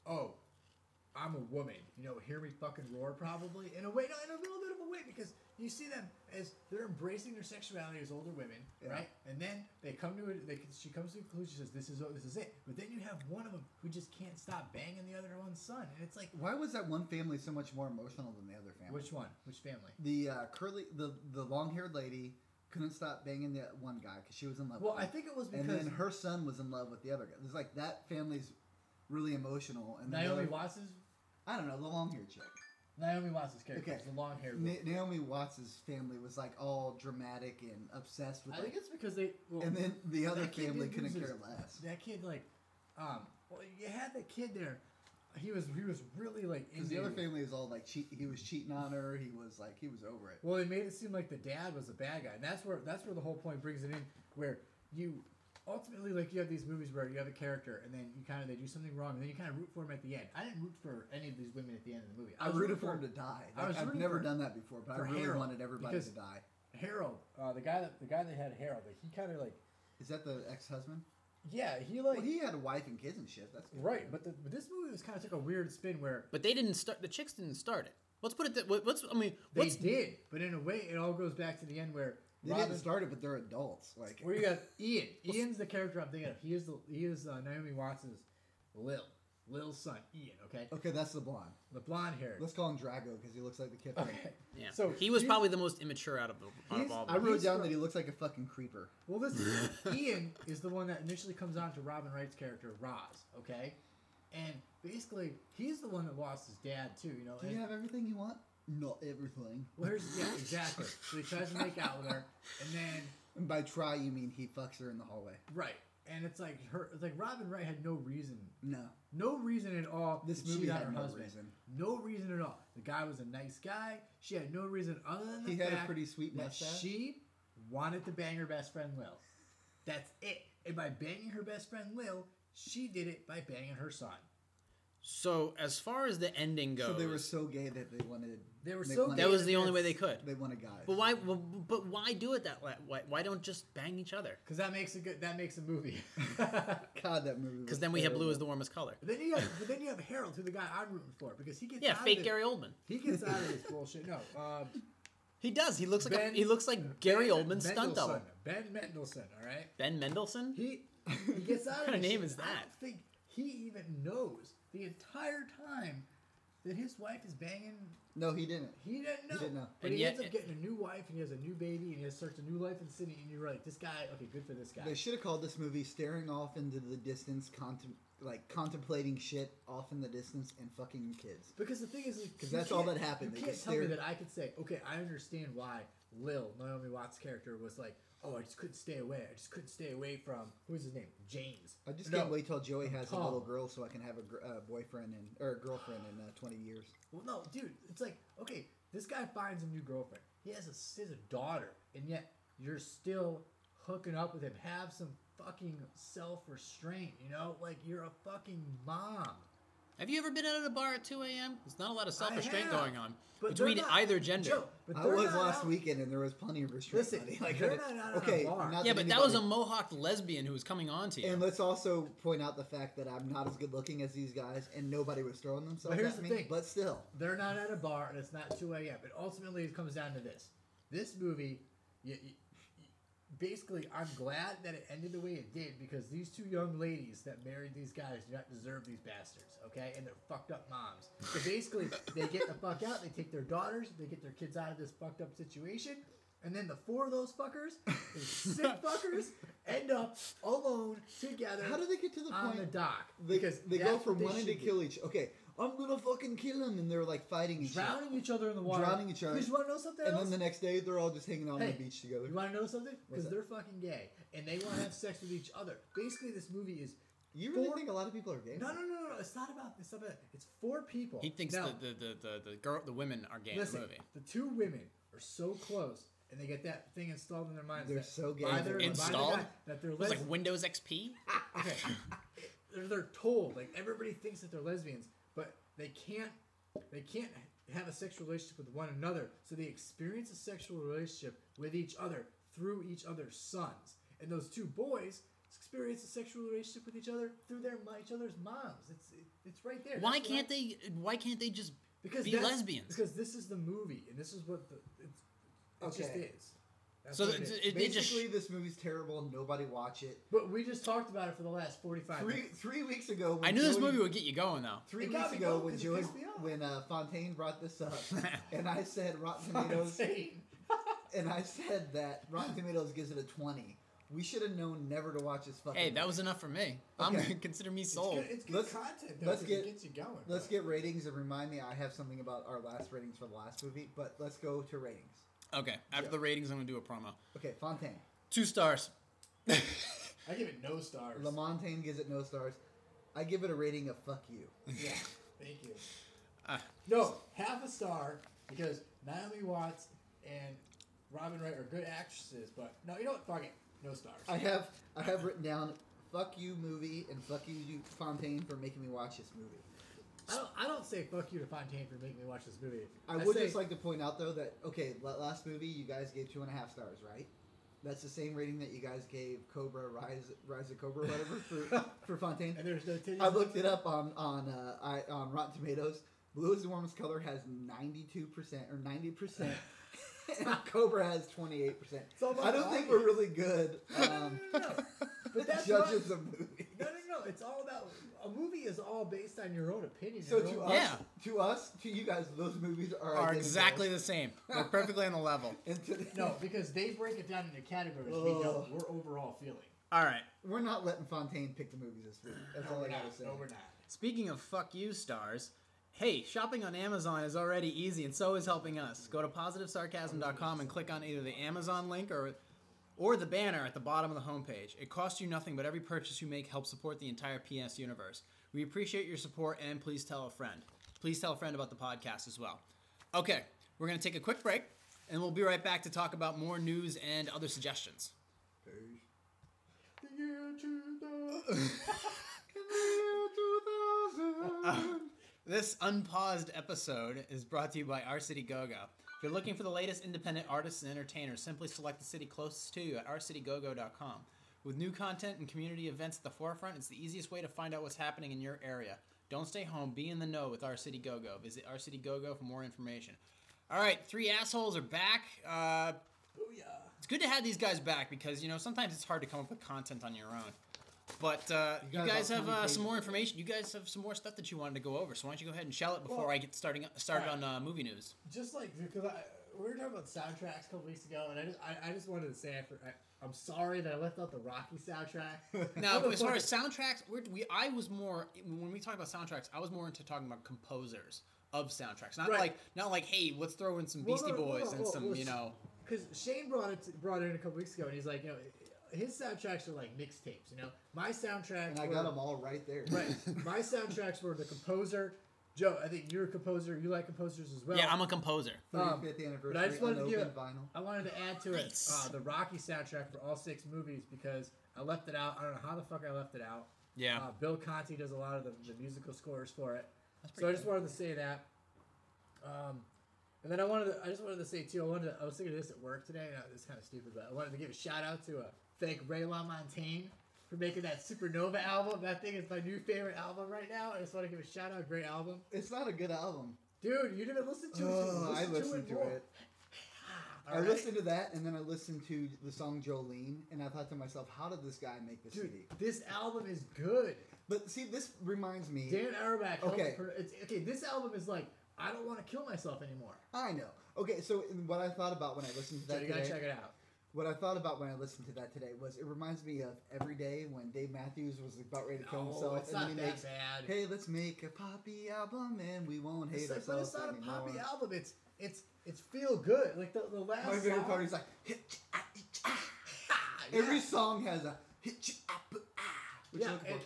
oh, I'm a woman. You know, hear me fucking roar, probably in a way, no, in a little bit of a way, because you see them as they're embracing their sexuality as older women,
Yeah.
right? And then they come to it. They, she comes to a conclusion. She says, "This is this is it." But then you have one of them who just can't stop banging the other one's son, and it's like,
Why was that one family so much more emotional than the other family?
which one? Which family?
the uh, curly, the the long haired lady couldn't stop banging that one guy because she was in love.
Well,
with
I
him.
think it was
and
because
then her son was in love with the other guy. It's like that family's really emotional. And then the
Naomi
other-
Watts's
I don't know the long haired chick.
Naomi Watts's character,
Okay.
was the long haired.
Na- Naomi Watts' family was like all dramatic and obsessed with.
I
Like,
think it's because they. Well,
and then the other
that kid
family
did
couldn't
lose
care
his-
less.
That kid, like, um, well, you had that kid there. He was he was really like
Because the other
into-
family was all like cheat. He was cheating on her. He was like he was over it.
Well, it made it seem like the dad was a bad guy, and that's where that's where the whole point brings it in, where you ultimately like you have these movies where you have a character, and then you kind of they do something wrong, and then you kind of root for him at the end. I didn't root for any of these women at the end of the movie.
I,
was
rooted
rooting
for him to die.
I
Like,
was
I've
rooting
never
for-
done that before, but I
for
really
Harold,
wanted everybody
because-
to die.
Harold, uh, the guy that the guy that had Harold, like he kind of like
Is that the ex-husband?
yeah he like
Well, he had a wife and kids and shit. That's good.
right, but, the, but this movie was kind of took a weird spin where
But they didn't start. The chicks didn't start it. Let's put it. That, what- what's I mean?
They
What's
did, but in a way, it all goes back to the end where
They
Robin.
didn't start it, but they're adults. Like
Where you got Ian? Ian's the character I'm thinking of. He is the he is uh, Naomi Watts's Lil Lil's son Ian. Okay,
okay, that's the blonde.
the blonde hair.
Let's call him Drago because he looks like the kid. from-
Okay,
yeah.
So
he was
you-
probably the most immature out of the out
He's-
of all. of
I
them.
wrote
He's
down
from-
that he looks like a fucking creeper.
Well, this Ian is the one that initially comes on to Robin Wright's character Roz. Okay, and basically he's the one that lost his dad too. You know,
Do
and-
you have everything you want? Not everything.
where's yeah exactly? So he tries to make out with her, and then
And by try, you mean he fucks her in the hallway.
right, and it's like her it's like Robin Wright had no reason
No.
No reason at all.
This
to
movie
cheat on
had
her
no
husband.
reason.
No reason at all. The guy was a nice guy. She had no reason other than the
He had a
fact
pretty sweet
that
mustache.
she wanted to bang her best friend Lil. That's it. And by banging her best friend Lil, she did it by banging her son.
So as far as the ending goes,
So they were so gay that they wanted.
They were so
wanted-
gay
that was
in
the only way they
this.
could.
They want a guy.
But why? But but why do it that way? Why, why don't just bang each other?
Because that makes a good. That makes a movie. but
God, that movie.
Because then we have blue as the warmest color.
then you have. But then you have Harold, who the guy I'm rooting for, because he gets
Yeah,
out of
fake
it.
Gary Oldman.
He gets out of this bullshit. No. Um,
He does. He looks like
Ben-
a, he looks like Gary
Ben
Oldman's stunt double.
Mendelsohn. Ben Mendelsohn. All right.
Ben Mendelsohn.
He he gets out
What
of
kind of
this
name
shit.
is
I
that?
don't think he even knows the entire time that his wife is banging.
No, he didn't.
He didn't know.
didn't know.
But
And
he
yet-
ends up getting a new wife, and he has a new baby, and he starts a new life in Sydney. And you're like, this guy, okay, good for this guy.
They should have called this movie "Staring Off into the Distance," contem- like contemplating shit off in the distance and fucking kids.
Because the thing is, because
that's all that happened. They
You can't
just
tell me
stared.
that I could say, okay, I understand why Lil Naomi Watts' character was like, oh, I just couldn't stay away. I just couldn't stay away from who's his name, James.
I just
No.
can't wait till Joey has
Oh.
Tom.
a little girl so I can have a gr- uh, boyfriend and or a girlfriend in uh, twenty years.
Well, no, dude, it's like okay, this guy finds a new girlfriend. He has a he has a daughter, and yet you're still hooking up with him. Have some fucking self restraint, you know? Like you're a fucking mom.
Have you ever been out at a bar at 2 a.m.? There's not a lot of self restraint
have,
going on
but
between
they're not-
either gender.
Joe, but
I
they're
was
not
last
out-
weekend, and there was plenty of restraint.
Listen,
buddy. Like,
they're
uh,
not out on a
okay,
bar.
not
yeah,
that
but that was a
anybody-
mohawk lesbian who was coming on to you.
And let's also point out the fact that I'm not as good looking as these guys, and nobody was throwing themselves
But here's the
at me.
thing.
But still,
They're not at a bar, and it's not 2 a.m. But ultimately, it comes down to this: this movie. You, you, basically, I'm glad that it ended the way it did because these two young ladies that married these guys do not deserve these bastards, okay? And they're fucked up moms. So basically, they get the fuck out. They take their daughters. They get their kids out of this fucked up situation. And then the four of those fuckers, these sick fuckers, end up alone together
how do they get to the
on
point?
the dock
they, they go
that's what
from
they
wanting to
should do.
kill each. Okay, I'm gonna fucking kill him, and they're like fighting each other.
drowning each other in the water,
Drowning each other.
Because you want to know something
And
else?
then the next day, they're all just hanging out on
Hey,
the beach together.
You want to know something? Because
What's that?
they're fucking gay and they want to have sex with each other. Basically, this movie is
You really
four-
think a lot of people are gay?
no, no, no, no, no. It's not about it's not about it's four people.
he thinks
now,
the, the, the, the, the girl the women are gay
listen,
in the movie.
the two women are so close, and they get that thing installed in their minds.
They're
that
so gay.
by their- by the
Installed?
guy that they're
It's
lesbian.
like Windows XP.
okay. they're, they're told like everybody thinks that they're lesbians, but they can't they can't have a sexual relationship with one another. So they experience a sexual relationship with each other through each other's sons, and those two boys experience a sexual relationship with each other through their mo- each other's moms. It's it's right there.
Why
That's what I-
can't they? Why can't they just
because
be
that's-
lesbians?
Because this is the movie, and this is what the it's, it just
Okay.
is. That's
So
what
th-
it is.
it, they just
Basically, this movie's terrible. Nobody watch it.
but we just talked about it for the last forty five.
Three three weeks ago, when
I knew this
Joey-
movie would get you going though.
Three
It got
weeks
me
ago,
going
when
'cause it
Joey,
pissed me off.
when uh, Fontaine brought this up, and I said Rotten Tomatoes, and I said that Rotten Tomatoes gives it a twenty. We should have known never to watch this fucking.
Hey, that was
movie.
enough for me. I'm
Okay.
consider me sold.
It's good, it's good
Let's-
content. Though,
let's
'cause
get-
it gets you going.
Let's get ratings and remind me I have something about our last ratings for the last movie, but let's go to ratings.
Okay, after the ratings, I'm gonna do a promo.
Okay, Fontaine.
Two stars.
I give it no stars.
Lamontagne gives it no stars. I give it a rating of fuck you.
Yeah, thank you.
Ah.
no, half a star because Naomi Watts and Robin Wright are good actresses, but no, you know what? Fuck it, no stars.
I have I have written down fuck you movie and fuck you you- Fontaine for making me watch this movie.
I don't, I don't say fuck you to Fontaine for making me watch this movie.
I would
say,
just like to point out though that okay, la- last movie you guys gave two and a half stars, right? That's the same rating that you guys gave Cobra Rise Rise of Cobra whatever for for Fontaine.
and there's no titties.
I looked it up on on uh, I, on Rotten Tomatoes. Blue is the warmest color has ninety two percent or ninety percent. Cobra has twenty eight percent.
It's all about
I don't think
value.
we're really good. Um,
no, no, no, no. But that's
judges
why-
of movies.
no, no, no. It's all about a movie is all based on your own opinion.
So
your
to
own-
us,
Yeah.
to us, to you guys, those movies are,
Are
identical.
exactly the same. They're perfectly on the level.
And to the-
no, because they break it down into categories. We
Ugh.
don't. We're overall feeling.
All right.
we're not letting Fontaine pick the movies this week. That's
No,
all
we're
I
not.
gotta say.
No, we're not.
Speaking of fuck you stars, hey, shopping on Amazon is already easy and so is helping us. Go to positivesarcasm.com and click on either the Amazon link or or the banner at the bottom of the homepage. It costs you nothing, but every purchase you make helps support the entire PS universe. We appreciate your support and please tell a friend. Please tell a friend about the podcast as well. Okay, we're going to take a quick break and we'll be right back to talk about more news and other suggestions.
The year 2000.
This unpaused episode is brought to you by Our City GoGo. If you're looking for the latest independent artists and entertainers, simply select the city closest to you at ourcitygogo.com. With new content and community events at the forefront, it's the easiest way to find out what's happening in your area. Don't stay home, be in the know with Our City GoGo. Visit Our City GoGo for more information. All right, three assholes are back. Uh,
Booyah.
it's good to have these guys back because you know sometimes it's hard to come up with content on your own. But uh, you
guys
guys,
all
have uh,
communicate.
some more information. You guys have some more stuff that you wanted to go over, so why don't you go ahead and shell it before I get starting started
Alright.
on uh, movie news?
Just like because I, we were talking about soundtracks a couple weeks ago, and I just I, I just wanted to say I, for- I, I'm sorry that I left out the Rocky soundtrack.
Now,
I'm a
as
fucking-
far as soundtracks, we're, we I was more when we talk about soundtracks, I was more into talking about composers of soundtracks, not
Right.
like not like hey, let's throw in some
Well,
Beastie
no, no,
Boys
no,
and
well,
some
well,
you know.
Because
Shane brought it brought it in a couple weeks ago, and he's like, you know, his soundtracks are like mixtapes. You know,
my soundtrack.
And I
were-
got them all right there.
Right.
my soundtracks were the composer. Joe, I think you're a composer. You like composers as well.
yeah, I'm a composer.
35th
Um, but I just
anniversary
wanted to
unopened
give
vinyl.
I wanted to add to it
Nice.
uh, the Rocky soundtrack for all six movies because I left it out. I don't know how the fuck I left it out.
Yeah.
Uh, Bill Conti does a lot of the, the musical scores for it.
That's
So I
pretty
just wanted to say that. Um, and then I wanted to, I just wanted to say too. I wanted to, I was thinking of this at work today. And it's kind of stupid, but I wanted to give a shout out to uh, thank Ray LaMontagne for making that Supernova album. That thing is my new favorite album right now. I just want to give a shout out. Great album,
It's not a good album.
dude. You didn't listen to it.
Oh, I
Listen
listened to
more.
it.
All
I
right.
listened to that, and then I listened to the song Jolene, and I thought to myself, how did this guy make this
Dude,
CD?
this album is good.
But see, this reminds me.
Dan Auerbach. helped
Okay.
pro- it's, okay, this album is like I don't want to kill myself anymore.
I know. Okay, so what I thought about when I listened to
So
that
you gotta
today,
check it out.
what I thought about when I listened to that today was it reminds me of every day when Dave Matthews was about ready to kill
No,
himself,
it's
and
not
then he
that
makes,
bad.
"Hey, let's make a poppy album, and we won't hate
It's like, but
ourselves
it's not a
anymore."
poppy album. It's it's it's feel good. Like the, the last
My favorite
song-
part is like "Hitch-ah, hitch-ah."
Ah, yeah.
every song has a hitch-ah, ah, which
Yeah,
is
and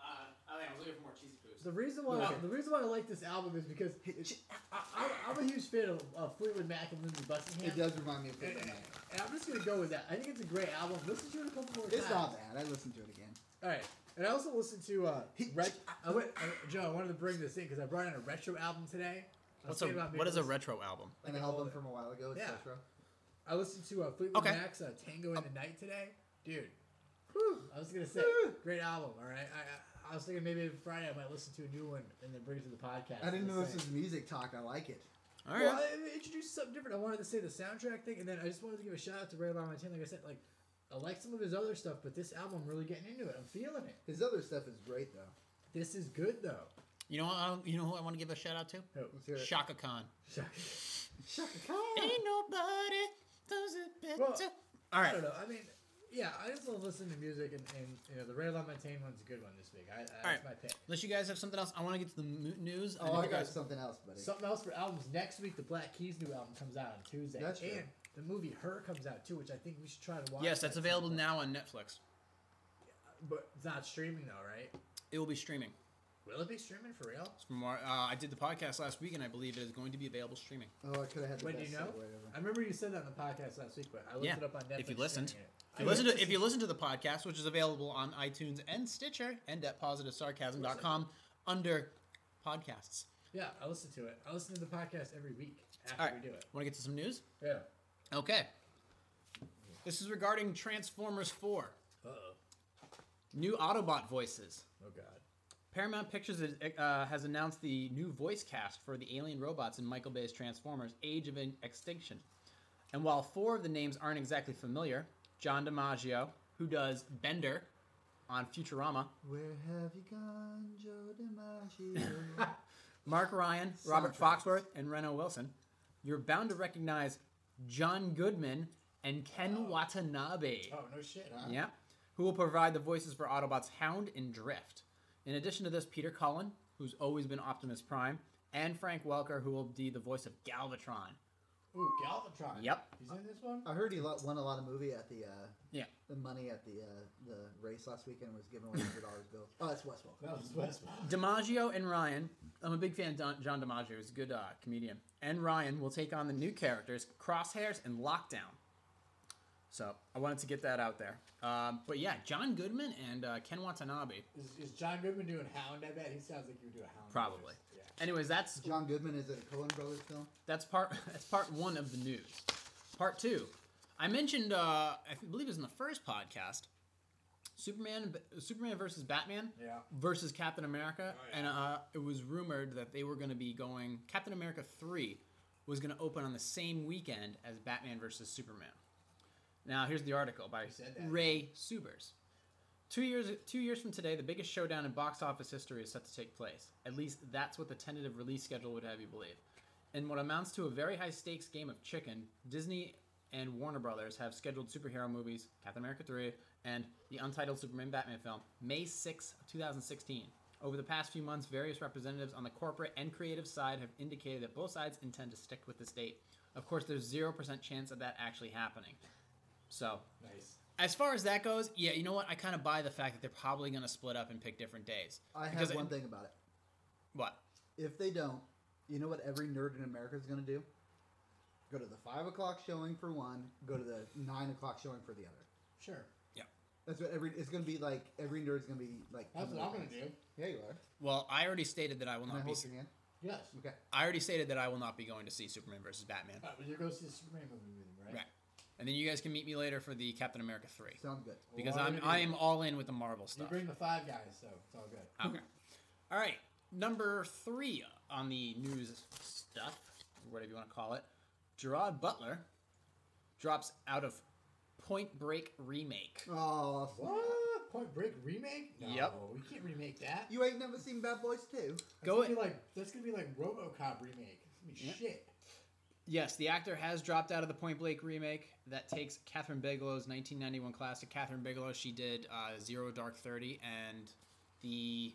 Uh, I think I was looking for more cheesy foods.
the reason why
Okay.
the reason why I like this album is because I, I, I'm a huge fan of, of Fleetwood Mac and Lindsey Buckingham.
It does remind me of
And,
Fleetwood Mac.
and I'm just gonna go with that. I think it's a great album. Listen to it a couple more times.
It's not bad. I listened to it again.
All right, and I also listened to uh,
He-
ret- I went, I, Joe. I wanted to bring this in because I brought in a retro album today. I
What's
was
a,
thinking about maybe
what is a
listen-
retro album?
An
Like an
album
older-
from a while ago,
Yeah.
etc.
I listened to uh, Fleetwood
Okay. Um,
Mac's uh, "Tango in the Night" today, dude. I was gonna say great album. All right, I, I, I was thinking maybe Friday I might listen to a new one and then bring it to the podcast.
I didn't
the
know this
same.
was music talk. I like it.
All
Well,
right.
I I introduced something different. I wanted to say the soundtrack thing, and then I just wanted to give a shout out to Ray LaMontagne. Like I said, like I like some of his other stuff, but this album really getting into it. I'm feeling it.
His other stuff is great though.
This is good though.
You know what I, you know who I want to give a shout out to?
Oh,
Let's hear it.
Shaka Khan.
Shaka
Ain't nobody does it better.
Well,
All
I
right.
don't know. I mean, yeah, I just love listening to music, and, and you know, the Ray LaMontagne one's a good one this week. I, I, that's
right.
my pick.
Unless you guys have something else, I want to get to the mo- news. and
Oh,
if
I
you
got
guys-
something else, buddy.
Something else for albums next week. The Black Keys new album comes out on Tuesday,
That's true.
and the movie Her comes out too, which I think we should try to watch.
Yes, that's
at some
available
point.
now on Netflix.
but it's not streaming though, right?
It will be streaming.
Will it be streaming for real?
It's From our, uh, I did the podcast last week, and I believe it is going to be available streaming.
oh, I could have had the
Wait, do
best
you know?
segue ever.
I remember you said that on the podcast last week, but I looked
Yeah,
it up on Netflix.
if you listened.
streaming it.
If you,
I
listen to,
listened
if you listen to the podcast, which is available on iTunes and Stitcher and at positivesarcasm.com under podcasts.
yeah, I listen to it. I listen to the podcast every week after
All right.
we do it.
Want to get to some news?
Yeah.
Okay. This is regarding Transformers 4.
Uh oh.
New Autobot voices.
Oh god.
Paramount Pictures is, uh, has announced the new voice cast for the alien robots in Michael Bay's Transformers Age of Extinction. And while four of the names aren't exactly familiar, John DiMaggio, who does Bender on Futurama,
Where have you gone, Joe DiMaggio?
Mark Ryan, Robert
Soundtracks.
Foxworth, and Reno Wilson, you're bound to recognize John Goodman and Ken Watanabe.
Oh no shit. Huh?
Yeah. Who will provide the voices for Autobots Hound and Drift. In addition to this, Peter Cullen, who's always been Optimus Prime, and Frank Welker, who will be the voice of Galvatron.
Ooh, Galvatron.
Yep.
He's in this one.
I heard he lo- won a lot of movie at the uh,
Yeah.
the money at the uh, the race last weekend was given away hundred dollars bill. Oh, that's Westworld.
That was Westworld.
DiMaggio and Ryan, I'm a big fan of Don- John DiMaggio, he's a good uh, comedian, and Ryan will take on the new characters Crosshairs and Lockdown. So I wanted to get that out there. Um, but yeah, John Goodman and uh, Ken Watanabe,
Is, is John Goodman doing Hound? I bet he sounds like you would do a Hound.
probably.
voice. Yeah.
Anyways, that's
John Goodman is in a Coen Brothers film.
That's part. That's part one of the news. Part two, I mentioned. Uh, I believe it was in the first podcast. Superman, Superman versus Batman
Yeah.
versus Captain America,
Oh, yeah.
and uh, it was rumored that they were going to be going. Captain America three was going to open on the same weekend as Batman versus Superman. Now here's the article by
said that.
Ray Subers. Two years, two years from today, the biggest showdown in box office history is set to take place. At least that's what the tentative release schedule would have you believe. In what amounts to a very high stakes game of chicken, Disney and Warner Brothers have scheduled superhero movies Captain America 3 and the untitled Superman Batman film May 6, 2016. Over the past few months, various representatives on the corporate and creative side have indicated that both sides intend to stick with this date. Of course, there's 0% chance of that actually happening. So,
Nice.
as far as that goes, yeah, you know what? I kind of buy the fact that they're probably going to split up and pick different days.
I
Because
have
it-
one thing about it.
What?
If they don't, you know what every nerd in America is going to do? Go to the five o'clock showing for one. Go to the nine o'clock showing for the other.
Sure.
That's what every. It's gonna be like every nerd's gonna be like.
That's what I'm gonna do.
Yeah, you are.
Well, I already stated that I will
Am I
not be.
holding your hand?
Yes.
Okay.
I already stated that I will not be going to see Superman versus Batman.
All right, well, you go see the Superman movie with him, right?
Right. And then you guys can meet me later for the Captain America three
Sounds good.
Well,
because
why
I'm
would you-
I am all in with the Marvel
You
stuff.
bring the five guys, so it's all good.
Okay. All right. Number three on the news stuff, or whatever you want to call it, Gerard Butler drops out of Point Break remake.
Oh,
What? Point Break remake? No,
Yep.
we can't remake that.
you ain't never seen Bad Boys Two.
That's
Go
gonna
it.
Be like that's gonna be like RoboCop remake. It's gonna be
Yeah.
shit.
Yes, the actor has dropped out of the Point Break remake that takes Catherine Bigelow's 1991 classic. Catherine Bigelow, she did uh, Zero Dark Thirty and the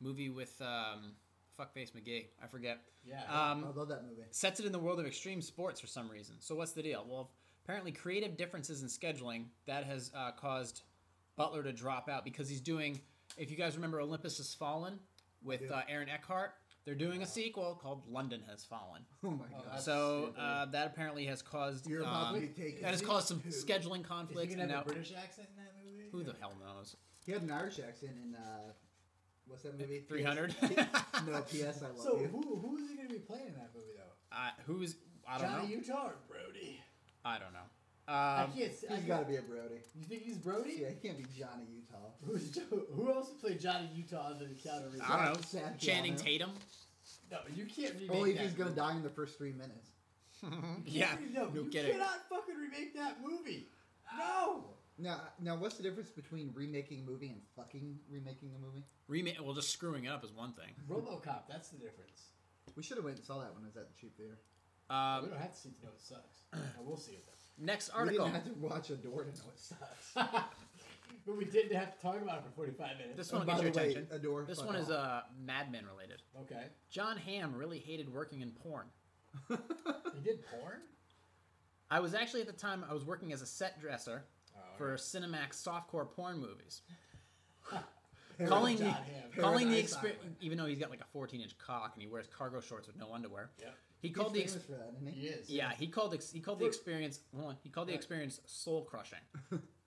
movie with um, Fuckface McGee. I forget.
Yeah.
Um,
I love that movie.
sets it in the world of extreme sports for some reason. So what's the deal? Well, apparently creative differences in scheduling that has uh, caused Butler to drop out because he's doing. If you guys remember Olympus Has Fallen with uh, Aaron Eckhart, they're doing a sequel called London Has Fallen.
Oh my
Oh,
god.
that's
So
stupid.
uh, that apparently has caused
You're about
um,
to be taken.
that has
Is he-
caused some
who-
scheduling
is he
conflicts.
gonna
And
have
now,
a British accent in that movie?
who the hell knows?
He had an Irish accent in uh, what's that movie?
Three hundred.
no, P.S. I love
So
you.
who who is he gonna be playing in that movie though?
Who's I don't
Johnny
know.
Utah or Brody?
I don't know.
I
Um,
can't. see- I
He's got to be a Brody.
You think he's Brody?
Yeah, he can't be Johnny Utah.
Who's Jo- who else played Johnny Utah other than Keanu Reeves?
I don't know.
Sad
Channing
piano.
Tatum.
No, you can't remake
Only if
that.
he's gonna
movie.
die in the first three minutes.
yeah,
no,
no
you
kidding.
cannot fucking remake that movie. No.
Now, now, what's the difference between remaking a movie and fucking remaking a movie?
Remake. Well, just screwing it up is one thing.
RoboCop. That's the difference.
We should have went and saw that one. It was at the cheap theater.
Um,
we don't have to see it to know it sucks. I will see it though.
Next
We
article.
didn't have to watch a door to know it.
Sucks. but we didn't have to talk about it for 45 minutes.
This
Oh,
one
by
gets your
the way,
attention.
a door.
This
fuck
one is
off.
uh, Mad Men related.
Okay.
John Hamm really hated working in porn.
He did porn?
I was actually at the time I was working as a set dresser
Oh,
for Cinemax softcore porn movies.
Harold
calling
John
the,
Hamm.
calling the
Paradise
experience,
Island.
even though he's got like a 14 inch cock and he wears cargo shorts with no underwear.
Yep.
He
He's
called the
famous
ex-
for that, isn't
He
he?
is.
yeah he called ex- he called the
For-
experience hold on, he called the
Right.
experience soul crushing.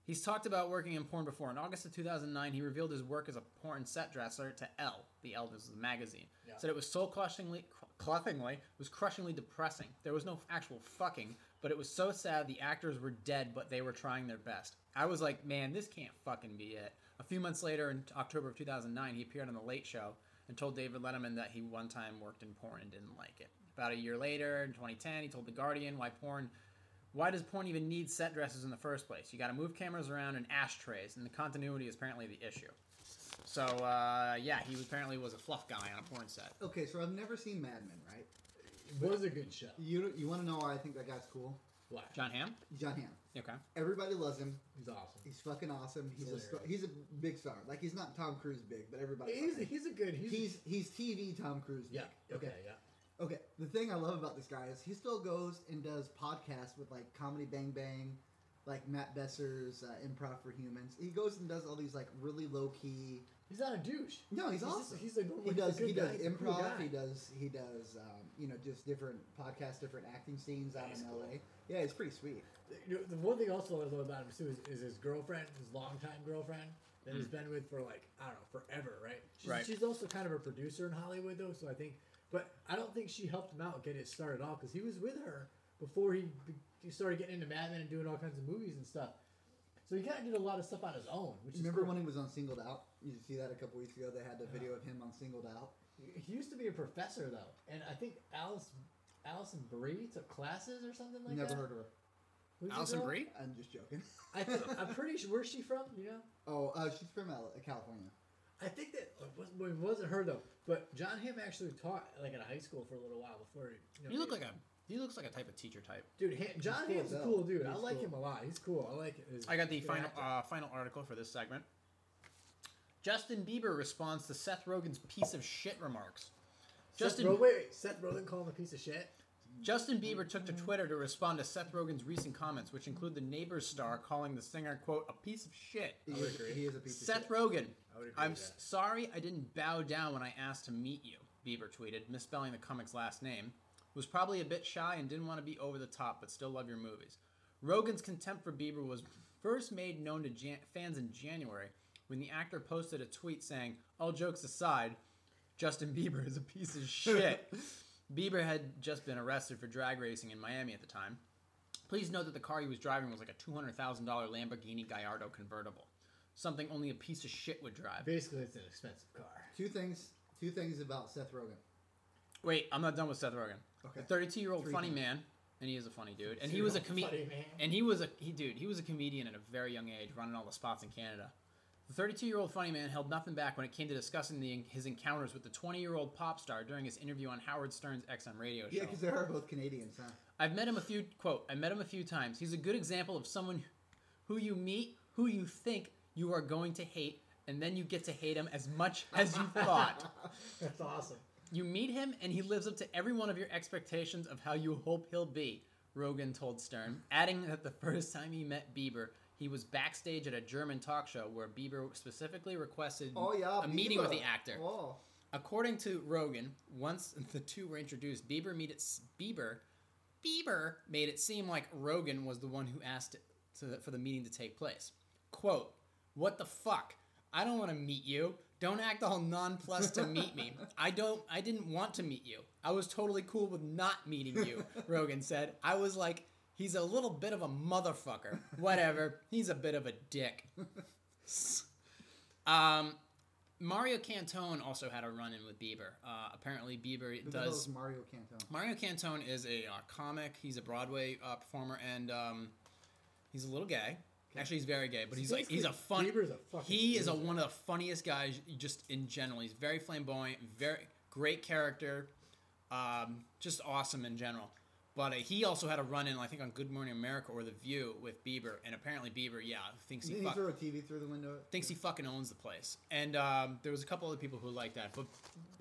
he's talked about working in porn before. In August of 2009, he revealed his work as a porn set dresser to Elle. The Elle is the magazine.
Yeah.
Said it was soul crushingly cr- crushingly was crushingly depressing. There was no actual fucking, but it was so sad. The actors were dead, but they were trying their best. I was like, man, this can't fucking be it. A few months later, in October of 2009, he appeared on the Late Show and told David Letterman that he one time worked in porn and didn't like it. About a year later, in 2010, he told the Guardian why porn why does porn even need set dressers in the first place? You got to move cameras around and ashtrays, and the continuity is apparently the issue. So uh, yeah, he apparently was a fluff guy on a porn set.
Okay, so I've never seen Mad Men, right?
It was a good show.
You you want to know why I think that guy's cool?
Wow.
John Hamm.
John Hamm.
Okay.
Everybody loves him.
He's awesome.
He's fucking awesome. He's a
Hilarious.
star, he's a big star. Like he's not Tom Cruise big, but everybody.
He's,
fucking-
he's a good. He's,
he's he's TV Tom Cruise.
yeah.
big.
Okay. Yeah.
Okay, the thing I love about this guy is he still goes and does podcasts with like Comedy Bang Bang, like Matt Besser's uh, Improv for Humans. He goes and does all these like really low key.
He's not a douche.
No, Oh,
He's
he's,
just-
awesome.
he's a normal-
he
he's a
does
good
he
guy.
does
He's a cool
improv.
guy.
He does he does um, you know just different podcasts, different acting scenes out
He's
in
cool.
L.A. Yeah, it's pretty sweet.
You know, the one thing also I love about him too is, is his girlfriend, his longtime girlfriend that
Mm.
he's been with for like I don't know forever, right? She's,
Right.
She's also kind of a producer in Hollywood though, so I think, but I don't think she helped him out get it started at all because he was with her before he, be- he started getting into Mad Men and doing all kinds of movies and stuff. So he kind of did a lot of stuff on his own. Which
Remember
is cool.
when he was on Singled Out? You see that a couple weeks ago? They had the video of him on Singled Out.
he used to be a professor though, and I think Alice Allison Brie took classes or something like
Never
that.
heard of her.
Who's the
Allison
girl?
Brie.
I'm just joking.
I think, I'm pretty sure. Where's she from? You know.
Oh, uh, she's from L- California.
I think that it wasn't, it wasn't her though, but John Hamm actually taught like at a high school for a little while before. he- You, know,
He looked like a he looks like a type of teacher type.
dude. Ham, John
cool
Hamm's
as
a
hell.
cool dude. I
He's
like
cool.
him a lot. He's cool. I like. His,
I got the
good
final
actor.
uh, final article for this segment. Justin Bieber responds to Seth Rogen's piece of shit remarks.
Seth
Justin
Ro- wait, wait, Seth Rogen called him a piece of shit.
Justin Bieber took to
Mm-hmm.
Twitter to respond to Seth Rogen's recent comments, which include the Neighbors star calling the singer "quote a piece of shit."
He,
would
is,
agree.
he is a piece of
Oh, Seth
shit.
Rogen,
I would agree
I'm
with
s-
that.
sorry I didn't bow down when I asked to meet you, Bieber tweeted, misspelling the comic's last name. Was probably a bit shy and didn't want to be over the top, but still love your movies. Rogan's contempt for Bieber was first made known to Jan- fans in January when the actor posted a tweet saying, All jokes aside, Justin Bieber is a piece of shit. Bieber had just been arrested for drag racing in Miami at the time. Please note that the car he was driving was like a $200,000 Lamborghini Gallardo convertible, something only a piece of shit would drive.
Basically, it's an expensive car.
Two things. Two things about Seth Rogen.
Wait, I'm not done with Seth Rogen.
Okay.
The 32 year old
Three
funny
things.
man, and he is a funny dude, and he was a comedian.
Funny, man.
And he was a he dude. He was a comedian at a very young age, running all the spots in Canada. The 32-year-old funny man held nothing back when it came to discussing the, his encounters with the 20-year-old pop star during his interview on Howard Stern's XM radio show.
Yeah, because they are both Canadians, huh?
I've met him a few quote. I met him a few times. He's a good example of someone who you meet, who you think you are going to hate, and then you get to hate him as much as you thought.
That's awesome.
You meet him, and he lives up to every one of your expectations of how you hope he'll be, Rogan told Stern, adding that the first time he met Bieber, he was backstage at a German talk show where Bieber specifically requested
Oh yeah.
a meeting with
Bieber.
the actor.
Oh.
According to Rogan, once the two were introduced, Bieber made it s- Bieber Bieber made it seem like Rogan was the one who asked it to, for the meeting to take place. "Quote: What the fuck? I don't want to meet you. Don't act all nonplussed to meet me. I don't. I didn't want to meet you. I was totally cool with not meeting you." Rogan said. "I was like." He's a little bit of a motherfucker. Whatever. He's a bit of a dick. Um, Mario Cantone also had a run in with Bieber. Uh, apparently, Bieber
Who the hell is
does.
Mario Cantone?
Mario Cantone is a uh, comic. He's a Broadway uh, performer, and um, he's a little gay. Actually, he's very gay, but he's like he's a
Basically,
fun.
Bieber's a fucking
He is a,
loser.
one of the funniest guys just in general. He's very flamboyant, very great character, um, just awesome in general. But uh, he also had a run in, I think, on Good Morning America or The View with Bieber, and apparently Bieber, yeah, thinks he
Didn't he
fucked
throw a TV through the window?
thinks he fucking owns the place. And um, there was a couple other people who liked that. But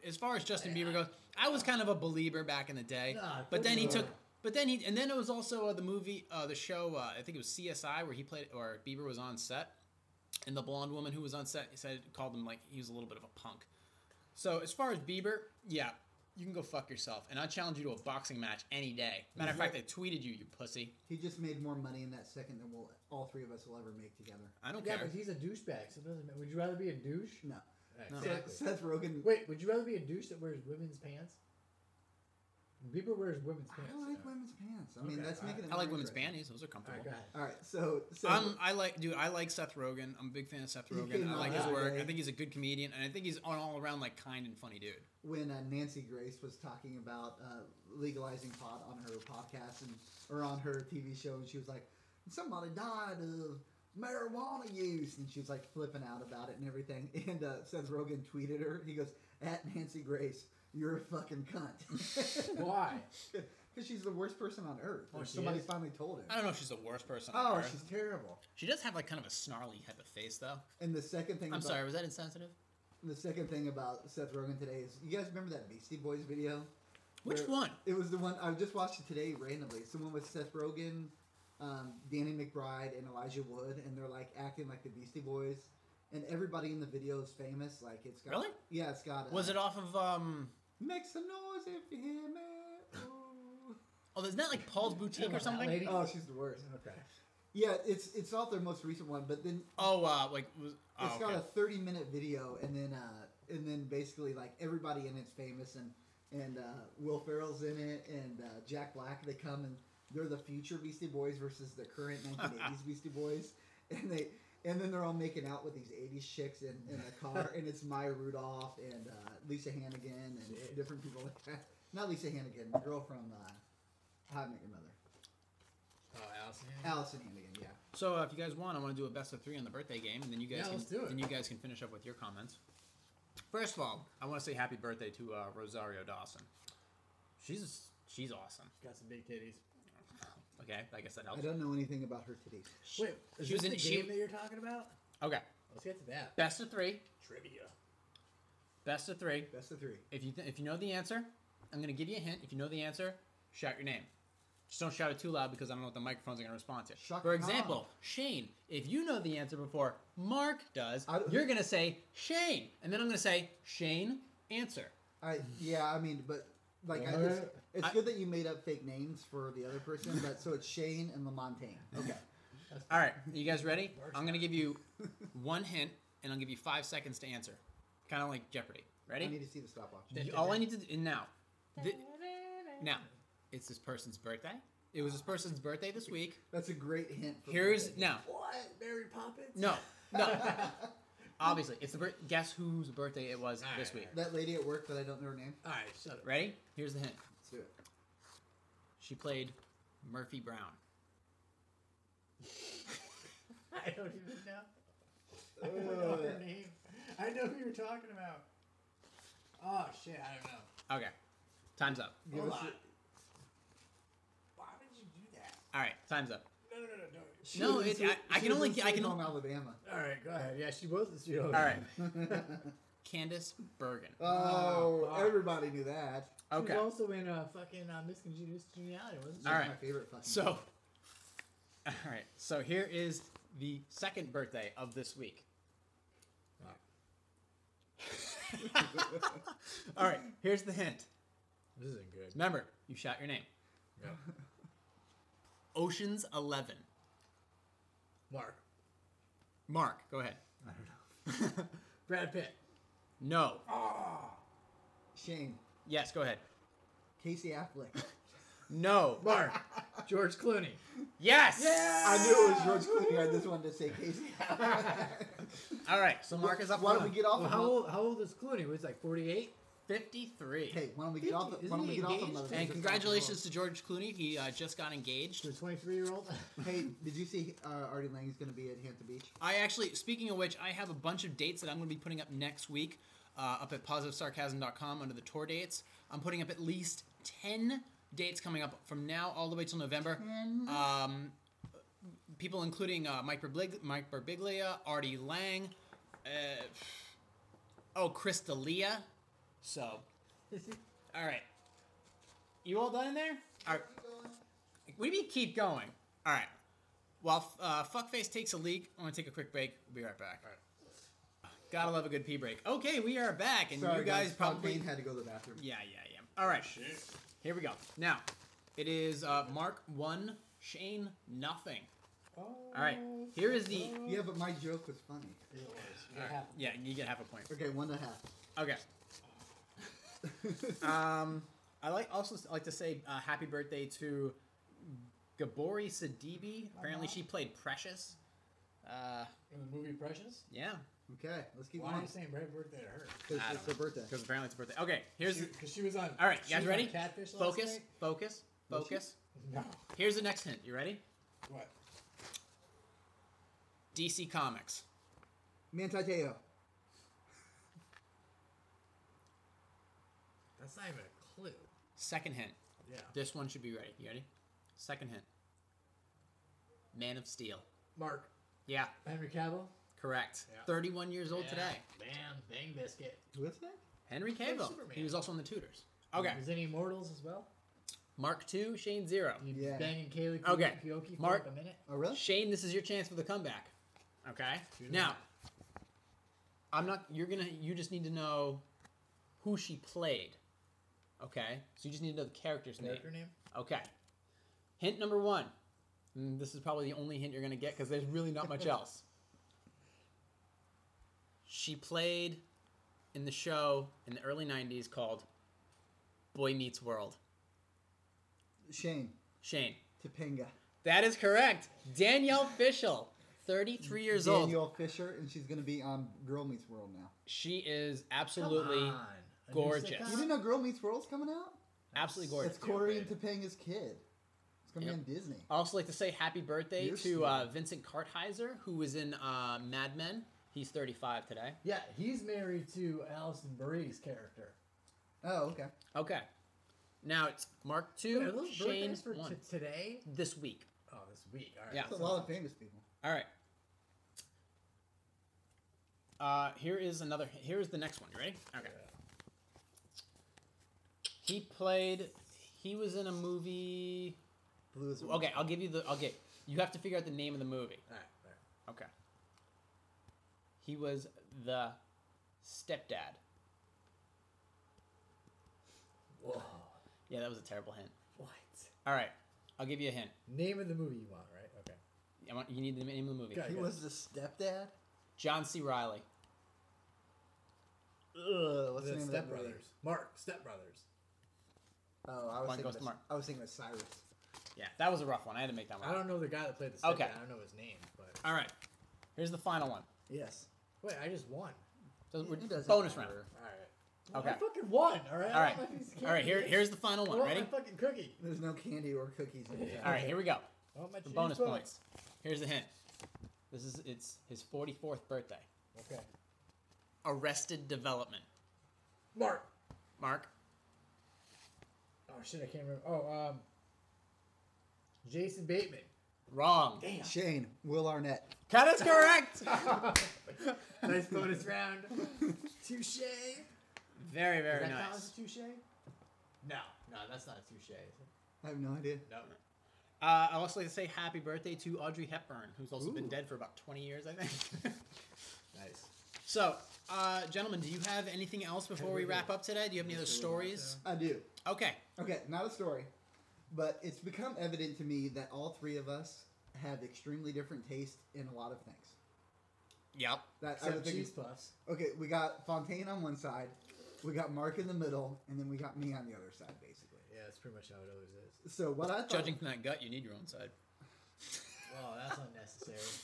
as far as Justin Bieber goes, I was kind of a believer back in the day.
Nah,
but then he
fuck
took.
no.
But then he, and then it was also uh, the movie, uh, the show. Uh, I think it was CSI where he played, or Bieber was on set, and the blonde woman who was on set said called him like he was a little bit of a punk. So as far as Bieber, yeah, you can go fuck yourself, and I challenge you to a boxing match any day. Matter of fact, I tweeted you, you pussy.
He just made more money in that second than we'll all three of us will ever make together.
I don't
Yeah,
care.
but he's a douchebag. So it doesn't matter. Would you rather be a douche?
No.
Exactly.
Seth, Seth Rogen.
Wait, would you rather be a douche that wears women's pants? Bieber wears women's pants.
I like women's pants. I mean,
Okay,
that's
I-
making. it
I like
nice
women's
right now.
panties; those are
All
comfortable.
right, go ahead.
All right, so so
Um, I like, dude. I like Seth Rogen. I'm a big fan of Seth
He
Rogen.
came
I
out
like his
that
work.
way.
I think he's a good comedian, and I think he's an all around like kind and funny dude.
when uh, Nancy Grace was talking about uh, legalizing pot on her podcast and or on her TV show, and she was like, "Somebody died of marijuana use," and she was like flipping out about it and everything. And uh, Seth Rogen tweeted her. He goes, "At Nancy Grace, you're a fucking cunt."
Why?
Because she's the worst person on earth.
Oh,
and
she
somebody
is?
finally told him.
I don't know if she's the worst person. on
Oh,
earth.
she's terrible.
she does have like kind of a snarly type of face, though.
And the second thing.
I'm
about,
sorry, was that insensitive?
The second thing about Seth Rogen today is you guys remember that Beastie Boys video?
Which
Where-
one?
It was the one I just watched it today randomly. Someone with Seth Rogen, um, Danny McBride, and Elijah Wood, and they're like acting like the Beastie Boys, and everybody in the video is famous. Like it's got
Really?
yeah, it's got. uh,
Was it off of um?
Make some noise if you hear me. Ooh.
Oh, isn't that like Paul's Boutique or
That
something?
lady?
Oh, she's the worst.
okay.
Yeah, it's it's off their most recent one, but then
Oh, uh, like was.
It's
Oh,
got
okay.
a 30 minute video and then uh, and then basically like everybody in it's famous and and uh, Will Ferrell's in it and uh, Jack Black they come and they're the future Beastie Boys versus the current 1980s Beastie Boys and they and then they're all making out with these 80s chicks in, in the car and it's Maya Rudolph and uh, Lisa Hannigan and
Shit.
different people like that not Lisa Hannigan the girl from uh, How I Met Your Mother
Oh, Allison.
Allison Hannigan yeah
So uh, if you guys want, I want to do a best of three on the birthday game, and then you guys
Yeah,
can,
let's do it.
then you guys can finish up with your comments. First of all, I want to say happy birthday to uh, Rosario Dawson. She's she's awesome.
She's got some big titties.
Okay, I guess that
I
helps.
don't know anything about her titties
Wait, is
She
this
was
the
in-
game
she-
that you're talking about?
Okay,
Let's get to that.
best of three,
Trivia.
best of three.
best of three
If you th- if you know the answer, I'm gonna give you a hint. If you know the answer, shout your name. Just don't shout it too loud because I don't know what the microphones are gonna respond to.
Shaka
For example, Shane. If you know the answer before Mark does,
I don't-
you're gonna say Shane, and then I'm gonna say Shane. Answer.
I yeah, I mean, but like I,
What?
it's, it's
I-
good that you made up fake names for the other person, but so it's Shane and Lamontagne. Okay,
All right, you guys ready?
Works.
I'm going to give you one hint, and I'll give you five seconds to answer. Kind of like Jeopardy.
I
Ready?
need to see the stopwatch.
You- all I need to do and now. thi- now, it's this person's birthday. It was this person's birthday this week.
That's a great hint. For
Here's now.
What? Mary Poppins?
No, no. Obviously, it's the bir- guess whose birthday it was this week.
that lady at work that I don't know her name.
All right, shut up.
Ready? Here's the hint.
Let's do it.
She played Murphy Brown.
I don't even know. I don't know her name. I know who you're talking about. Oh shit, I don't know.
Okay, time's up.
Give
Hold
us
on.
a-
Why would you do that?
All right, time's up.
No, no, no, no, no.
she
No,
was in
it's- I-
Sweet-
I
she
can
was
only-
in
I
Sweet
can-
Home Alabama.
All right, go ahead. Yeah, she was the E sweet. All
All right, Candace Bergen.
oh,
fuck.
everybody knew that.
Okay. She
Okay.
was also in uh, fucking uh, Miscongenious Geniality, wasn't she?
All right.
That's my favorite fucking.
So, all right. So here is the second birthday of this week. all right. Here's the hint.
This isn't good.
Remember, you shout your name.
Yeah.
Ocean's Eleven.
Mark.
Mark, go ahead.
Brad Pitt.
No.
Shane,
Yes, go ahead.
Casey Affleck.
No.
Mark. George Clooney.
Yes.
I knew it was George Clooney. I just wanted to say Casey. Affleck.
All right. So Mark is up.
Why don't we
one.
get off?
Well,
of
how old? How old is Clooney? Was he, like 48.
Fifty-three.
Hey, why don't we get off? of-
Isn't
Why don't we
he
get off? of
engaged?
Mother
And
Sister
congratulations to George Clooney. He uh, just got engaged.
To a 23 year old.
Fucking World? Hey, did you see uh, Artie Lang's going to be at Hampton Beach?
I actually, speaking of which, I have a bunch of dates that I'm going to be putting up next week uh, up at positivesarcasm.com under the tour dates. I'm putting up at least 10 dates coming up from now all the way till November. Um, people including uh, Mike, Berbig- Mike Berbiglia, Artie Lang, uh, oh, Chris D'Elia. So, all right. You all done in there? All right. We need to keep going. All right. While uh, Fuckface takes a leak, I'm gonna take a quick break. We'll be right back. Gotta love a good pee break. Okay, we are back, and you guys, probably.
Fucking had to go to the bathroom.
Yeah, yeah, yeah. All right. Here we go. Now, it is uh, Mark one, Shane nothing.
Oh.
All right. Here is the.
Yeah, but my joke was funny.
Yeah, you get half a point.
Okay, one and a half.
Okay. um, I like also s- like to say uh, happy birthday to Gabori Sidibe. Apparently, she played Precious. Uh,
In the movie Precious.
yeah,
Okay, let's keep
Why
going.
are you saying Brad birthday to her?
'Cause
I
It's
don't
her birthday.
because apparently it's her birthday. Okay, here's the-
Because she was on.
all right. You
she
guys
was on
ready?
Catfish last
Focus,
night?
focus,
Was she?
focus.
No.
Here's the next hint. You ready?
What?
DC Comics.
Manti Te'o.
That's not even a clue.
Second hint.
Yeah.
This one should be ready. You ready? Second hint. Man of Steel.
Mark.
Yeah,
Henry Cavill.
correct.
Yeah.
31 years old today.
Bam. Bang biscuit.
What's that?
Henry Cavill.
Superman.
He was also in The Tutors. Okay.
Is any Immortals as well?
Mark 2, Shane 0.
You
Yeah.
banging Kaylee Ku-
Okay.
Kuoki for
Mark-
like a minute?
Oh, really?
Shane, this is your chance for the comeback. Okay?
Shoot 'em
Now,
up.
I'm not you're going to you just need to know who she played. Okay? So you just need to know the character's name.
Her name?
Okay. Hint number 1. Mm, this is probably the only hint you're going to get cuz there's really not much else. She played in the show in the early 90s called Boy Meets World.
Shane.
Shane
Topanga.
That is correct. Danielle Fishel, 33 years old.
Danielle Fisher, and she's going to be on Girl Meets World now.
She is
Come
absolutely,
on. A new
gorgeous.
sitcom?
You didn't know Girl Meets World's coming out?
absolutely gorgeous.
It's Corey and Topanga's kid. It's going to
Yep.
be on Disney.
I also like to say happy birthday
You're
to uh, Vincent Kartheiser, who was in uh, Mad Men. He's 35 today.
Yeah, he's married to Allison Bree's character.
Oh, okay.
Okay. Now it's Mark 2, Shane
birthdays for
1.
t- today?
this week.
Oh, this week. All right.
Yeah.
That's a lot of famous people.
All right. Uh, here is another. Here is the next one. You ready? Okay. He played. He was in a movie.
Blue is the
Okay, I'll give you the. I'll get. You have to figure out the name of the movie.
All right. All right.
Okay. He was the stepdad.
Whoa.
Yeah, that was a terrible hint.
What?
All right, I'll give you a hint.
Name of the movie you want, right? Okay.
I want, you need the name of the movie.
Okay.
He was the stepdad.
John C. Riley.
Ugh, what's the,
The
name
Step
of that movie?
Brothers. Mark, Step Brothers.
Oh, I was
Blind
thinking.
Ghost
of-
Mark.
I was thinking of Cyrus.
Yeah, that was a rough one. I had to make that one.
I don't know the guy that played the stepdad.
Okay.
I don't know his name, but
All right. Here's the final one.
Yes.
wait, I just won.
So
It-
we're-
it doesn't
bonus
matter.
round.
All right.
Okay.
I fucking won. All right.
All right. All right. Here, here's the final
I
one.
want
Ready?
my fucking cookie.
There's no candy or cookies. In it.
All right. Here we go.
I want my
For
cheese
bonus
puff.
points. Here's the hint. This is it's his 44th birthday.
Okay.
Arrested Development.
Mark.
Mark.
Oh shit, I can't remember. Oh, um, Jason Bateman.
Wrong.
Shane, Will Arnett.
That is correct.
nice bonus round. Touche.
very
Does
very
that count as
nice.
a touche? No, no, that's not a touche.
I have no idea.
No.
Uh, I also like to say happy birthday to Audrey Hepburn, who's also been
Ooh.
dead for about 20 years, I think.
Nice.
so, uh, gentlemen, do you have anything else before we wrap up today? Do you have any other stories?
I do.
Okay.
Okay, not a story, but it's become evident to me that all three of us have extremely different taste in a lot of things.
Yep.
That I
Except
would think
cheese
is,
puffs.
okay, we got Fontaine on one side, we got Mark in the middle, and then we got me on the other side, basically.
Yeah, that's pretty much how it always is.
So what I thought,
Judging from that gut, you need your own side.
Well, that's unnecessary.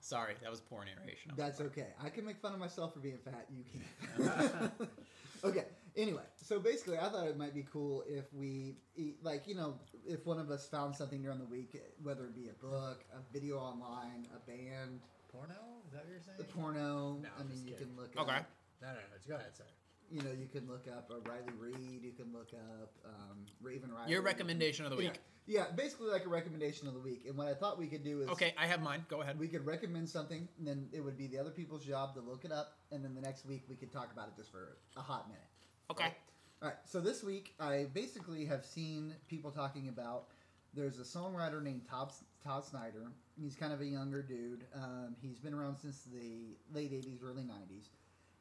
Sorry, that was poor narration.
that's okay. I can make fun of myself for being fat. You can't. okay. Anyway, so basically, I thought it might be cool if we eat, like you know, if one of us found something during the week, whether it be a book, a video online, a band,
Porno? Is that what you're
the
saying?
porno.
No,
I mean,
just
you
kidding.
can look
Okay.
up.
No, no, no. Go ahead, sorry.
You know, you can look up a Riley Reed. You can look up um, Raven Riley.
Your recommendation of the week.
Yeah, yeah, basically like a recommendation of the week. And what I thought we could do is
Okay, I have mine. Go ahead.
we could recommend something, and then it would be the other people's job to look it up, and then the next week we could talk about it just for a hot minute.
Okay.
All right, so this week I basically have seen people talking about. There's a songwriter named Todd, Todd Snyder. He's kind of a younger dude. Um, he's been around since the late 80s, early 90s.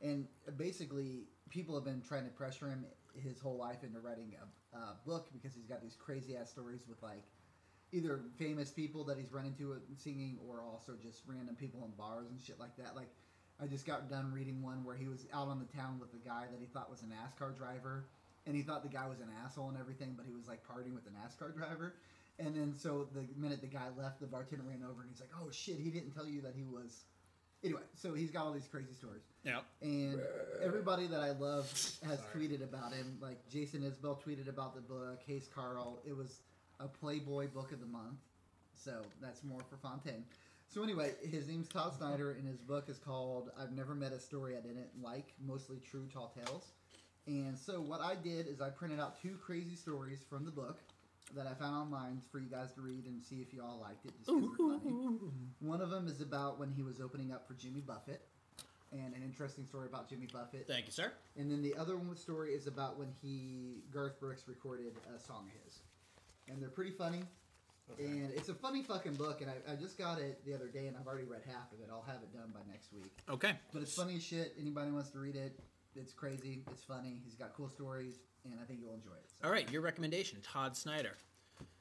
And basically, people have been trying to pressure him his whole life into writing a, a book because he's got these crazy ass stories with like either famous people that he's run into and singing or also just random people in bars and shit like that. Like, I just got done reading one where he was out on the town with a guy that he thought was a NASCAR driver, and he thought the guy was an asshole and everything, but he was like partying with a NASCAR driver. And then so the minute the guy left, the bartender ran over and he's like, "Oh shit, he didn't tell you that he was." Anyway, so he's got all these crazy stories,
Yep.
and everybody that I love has
Sorry.
tweeted about him. Like Jason Isbell tweeted about the book. Hayes Carl. It was a Playboy book of the month, so that's more for Fontaine. So anyway, his name's Todd Snyder, and his book is called "I've Never Met a Story I Didn't Like," mostly true tall tales. And so what I did is I printed out two crazy stories from the book that I found online for you guys to read and see if you all liked it. Just 'cause they're funny. One of them is about when he was opening up for Jimmy Buffett, and an interesting story about Jimmy Buffett.
Thank you, sir.
And then the other one story is about when he Garth Brooks recorded a song of his, and they're pretty funny. And it's a funny fucking book, and I, I just got it the other day, and I've already read half of it. I'll have it done by next week.
Okay.
But it's funny as shit. Anybody wants to read it, it's crazy. It's funny. He's got cool stories, and I think you'll enjoy it. So.
All right, your recommendation, Todd Snyder.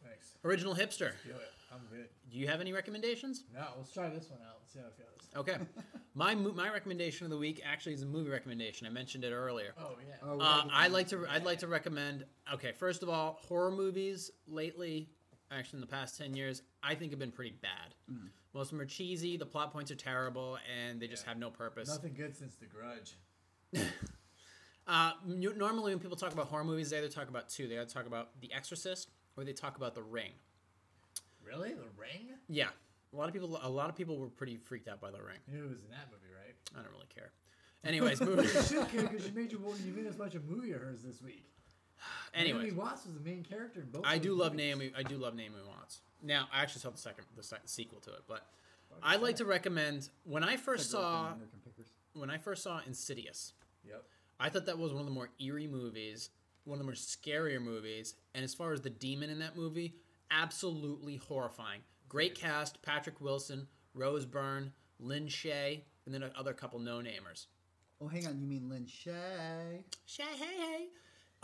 Thanks.
Original hipster.
Do it. I'm good.
Do you have any recommendations?
No, let's try this one out. Let's see how it goes.
Okay. my mo- my recommendation of the week actually is a movie recommendation. I mentioned it earlier.
Oh yeah.
Oh,
Uh,
we gotta get
I
to-
like to I'd like to recommend. Okay, first of all, horror movies lately, actually in the past ten years, I think have been pretty bad. Most of them are cheesy. The plot points are terrible, and they just
Mm. Yeah.
have no purpose.
Nothing good since The Grudge.
Uh, n- normally, when people talk about horror movies, they either talk about two. They either talk about The Exorcist or they talk about The Ring.
Really? The Ring?
Yeah, a lot of people. A lot of people were pretty freaked out by The Ring.
You knew it was in that movie, right?
I don't really care. Anyways, moving.
You should care because you made your you made us watch a movie of hers this week.
Anyways,
Naomi Watts was the main character in both.
I
those
do love
movies.
Naomi. I do love Naomi Watts. Now, I actually saw the second, the second sequel to it, but I'd like to recommend when I first saw
American Pickers.
when I first saw Insidious.
Yep.
I thought that was one of the more eerie movies, one of the more scarier movies. And as far as the demon in that movie, absolutely horrifying. Great cast: Patrick Wilson, Rose Byrne, Lynn Shay, and then a other couple no-namers.
Oh, hang on. You mean Lin Shay?
Shay, hey, hey.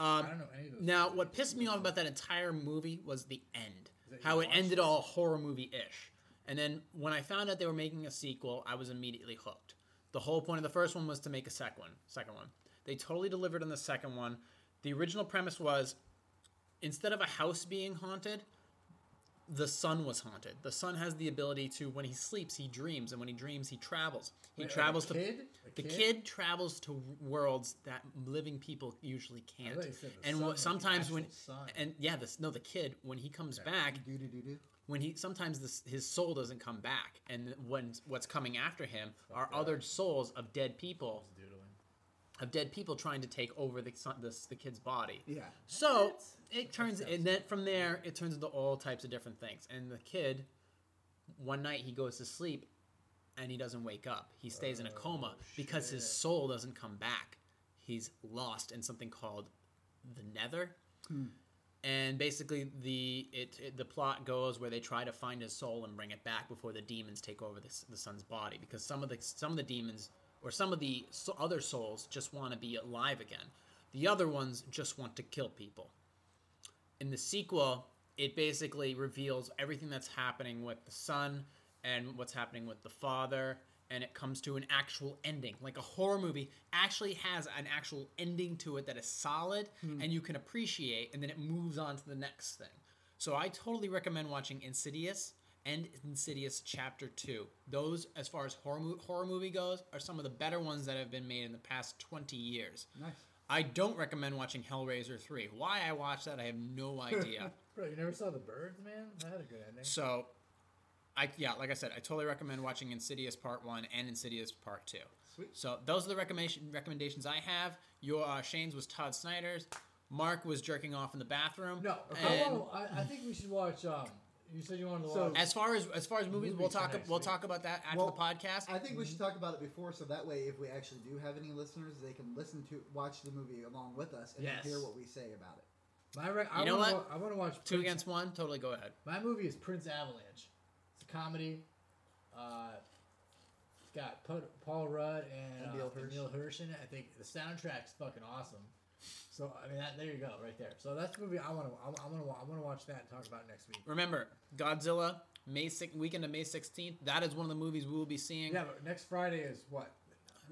I don't know any of those.
Now, what pissed me off about that entire movie was the end.
Is that you
How it
watched
ended
it?
all horror movie ish. And then when I found out they were making a sequel, I was immediately hooked. The whole point of the first one was to make a second one. Second one. They totally delivered on the second one. The original premise was instead of a house being haunted, the sun was haunted. The sun has the ability to when he sleeps, he dreams, and when he dreams, he travels. He
Wait, a
travels to
kid? A
the
kid?
kid travels to worlds that living people usually can't.
thought you said the
and
sun,
wha-
like the
sometimes when
actual sun.
and yeah, this no the kid when he comes back,
Do do do do.
when he sometimes this, his soul doesn't come back, and when what's coming after him are other souls of dead people,
Doodling.
of dead people trying to take over the son, this, the kid's body.
Yeah.
So it turns, and then from there, it turns into all types of different things. And the kid, one night, he goes to sleep, and he doesn't wake up. He stays in a coma because his soul doesn't come back. He's lost in something called the Nether. And basically, the it, it- the plot goes where they try to find his soul and bring it back before the demons take over this, the son's body. Because some of the some of the demons or some of the so- other souls just want to be alive again. The other ones just want to kill people in the sequel, it basically reveals everything that's happening with the son and what's happening with the father, and it comes to an actual ending. Like a horror movie actually has an actual ending to it that is solid and you can appreciate, and then it moves on to the next thing. So I totally recommend watching Insidious and Insidious Chapter 2. Those, as far as horror, mo- horror movie goes, are some of the better ones that have been made in the past 20 years.
Nice.
I don't recommend watching Hellraiser 3. Why I watched that, I have no idea.
Bro, you never saw the birds, man? That had a good ending.
so, I yeah, like I said, I totally recommend watching Insidious Part 1 and Insidious Part 2.
Sweet.
So, those are the recommendation, recommendations I have. Your uh, Shane's was Todd Snyder's. Mark was jerking off in the bathroom.
No,
And-
I, want I, I think we should watch. Um, you said you wanted to
So-
watch.
As far as as far as movies, we'll
Movies
talk
next
we'll
week.
talk about that after
Well,
the podcast.
I think we
Mm-hmm.
should talk about it before, so that way, if we actually do have any listeners, they can listen to watch the movie along with us and then
Yes.
hear what we say about it.
my re- I
You know
wanna
what?
wa- I want to watch
Two
Prince-
against one, totally go ahead.
My movie is Prince Avalanche. It's a comedy. Uh, it's got Pa- Paul Rudd and,
And
uh,
Neil
Neil, Hirsch.
Hirsch.
in it. I think the soundtrack's fucking awesome. So I mean, that, there you go, right there. So that's the movie I want to. I want to. I want to watch that and talk about it next week.
Remember, Godzilla, May 6, weekend of May 16th. That is one of the movies we will be seeing.
Yeah, but next Friday is what?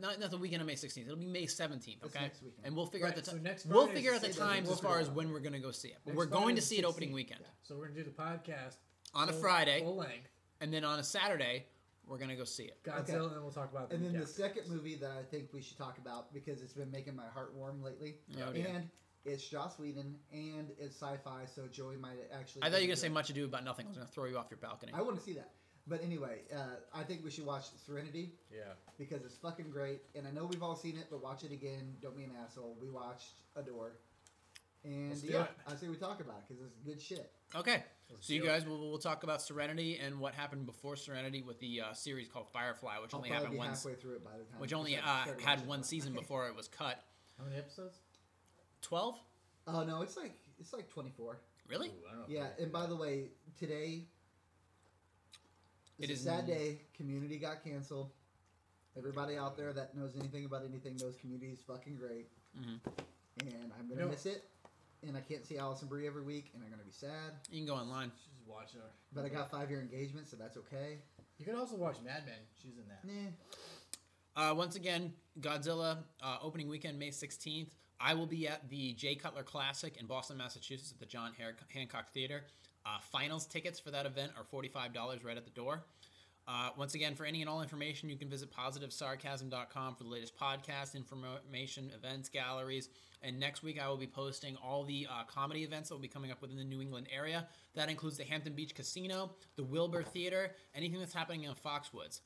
Not, not the weekend of May 16th. It'll be May 17th.
That's
Okay,
next weekend.
and we'll figure out
Right,
the
so
time.
next
we'll
Friday is
figure out
the
the
16th.
times
We'll
as far
figure
as
it out.
when we're gonna go see it. But
Next
we're
Friday
going to
is
see it opening
16th.
weekend
Yeah, So we're gonna do the podcast
on a
full-
Friday,
full length.
and then on a Saturday we're gonna go see it.
Godzilla,
Okay.
and then we'll talk about.
And then
week
the
after.
second movie that I think we should talk about because it's been making my heart warm lately,
Oh, dear.
and it's Joss Whedon, and it's sci-fi, so Joey might actually.
I thought you were
get
gonna
into
say
it.
Much Ado About Nothing. I was gonna throw you off your balcony.
I want to see that, but anyway, uh, I think we should watch Serenity
Yeah.
because it's fucking great, and I know we've all seen it, but watch it again. Don't be an asshole. We watched Adore, and
Let's do
yeah,
it.
I say we talk about it because it's good shit.
Okay, so you
do it.
guys, we'll, we'll talk about Serenity and what happened before Serenity with the uh, series called Firefly, which
I'll
only
probably
happened
be
once,
halfway through it by the time.
which only
I
uh,
start
had
watching
one
it.
season before it was cut.
How many episodes?
Twelve,
Oh no, it's like it's like twenty four.
really?
Ooh, I don't know.
Yeah, and by the way, today
It
it's
is-
a sad day. Community got canceled. Everybody out there that knows anything about anything knows Community is fucking great.
Mhm.
And I'm gonna
No.
miss it. And I can't see Allison Brie every week, and I'm gonna be sad.
You can go online.
She's watching her.
But I got five year engagement, so that's okay.
You can also watch Mad Men. She's in that.
Nah.
Uh, once again, Godzilla uh, opening weekend, May 16th. I will be at the Jay Cutler Classic in Boston, Massachusetts at the John Har- Hancock Theater. Uh, finals tickets for that event are $45 right at the door. Uh, once again, for any and all information, you can visit positivesarcasm.com for the latest podcast information, events, galleries. And next week, I will be posting all the uh, comedy events that will be coming up within the New England area. That includes the Hampton Beach Casino, the Wilbur Theater, anything that's happening in Foxwoods.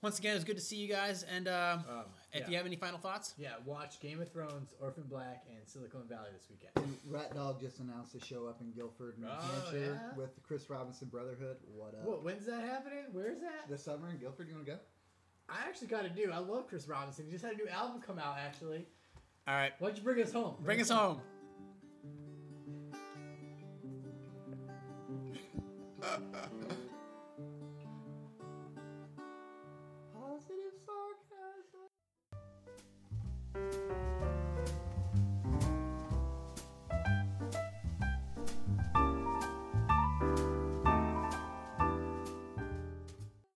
Once again, it's good to see you guys. And uh,
Um,
if you have any final thoughts,
Yeah, watch Game of Thrones, Orphan Black, and Silicon Valley this weekend.
And Rat Dog just announced a show up in Guilford, New
Oh,
Hampshire
yeah?
with the Chris Robinson Brotherhood. What up?
What? When's that happening? Where's that?
This summer in Guilford, you wanna go?
I actually got a new. I love Chris Robinson. He just had a new album come out. Actually,
all right,
why don't you bring us home?
bring us home.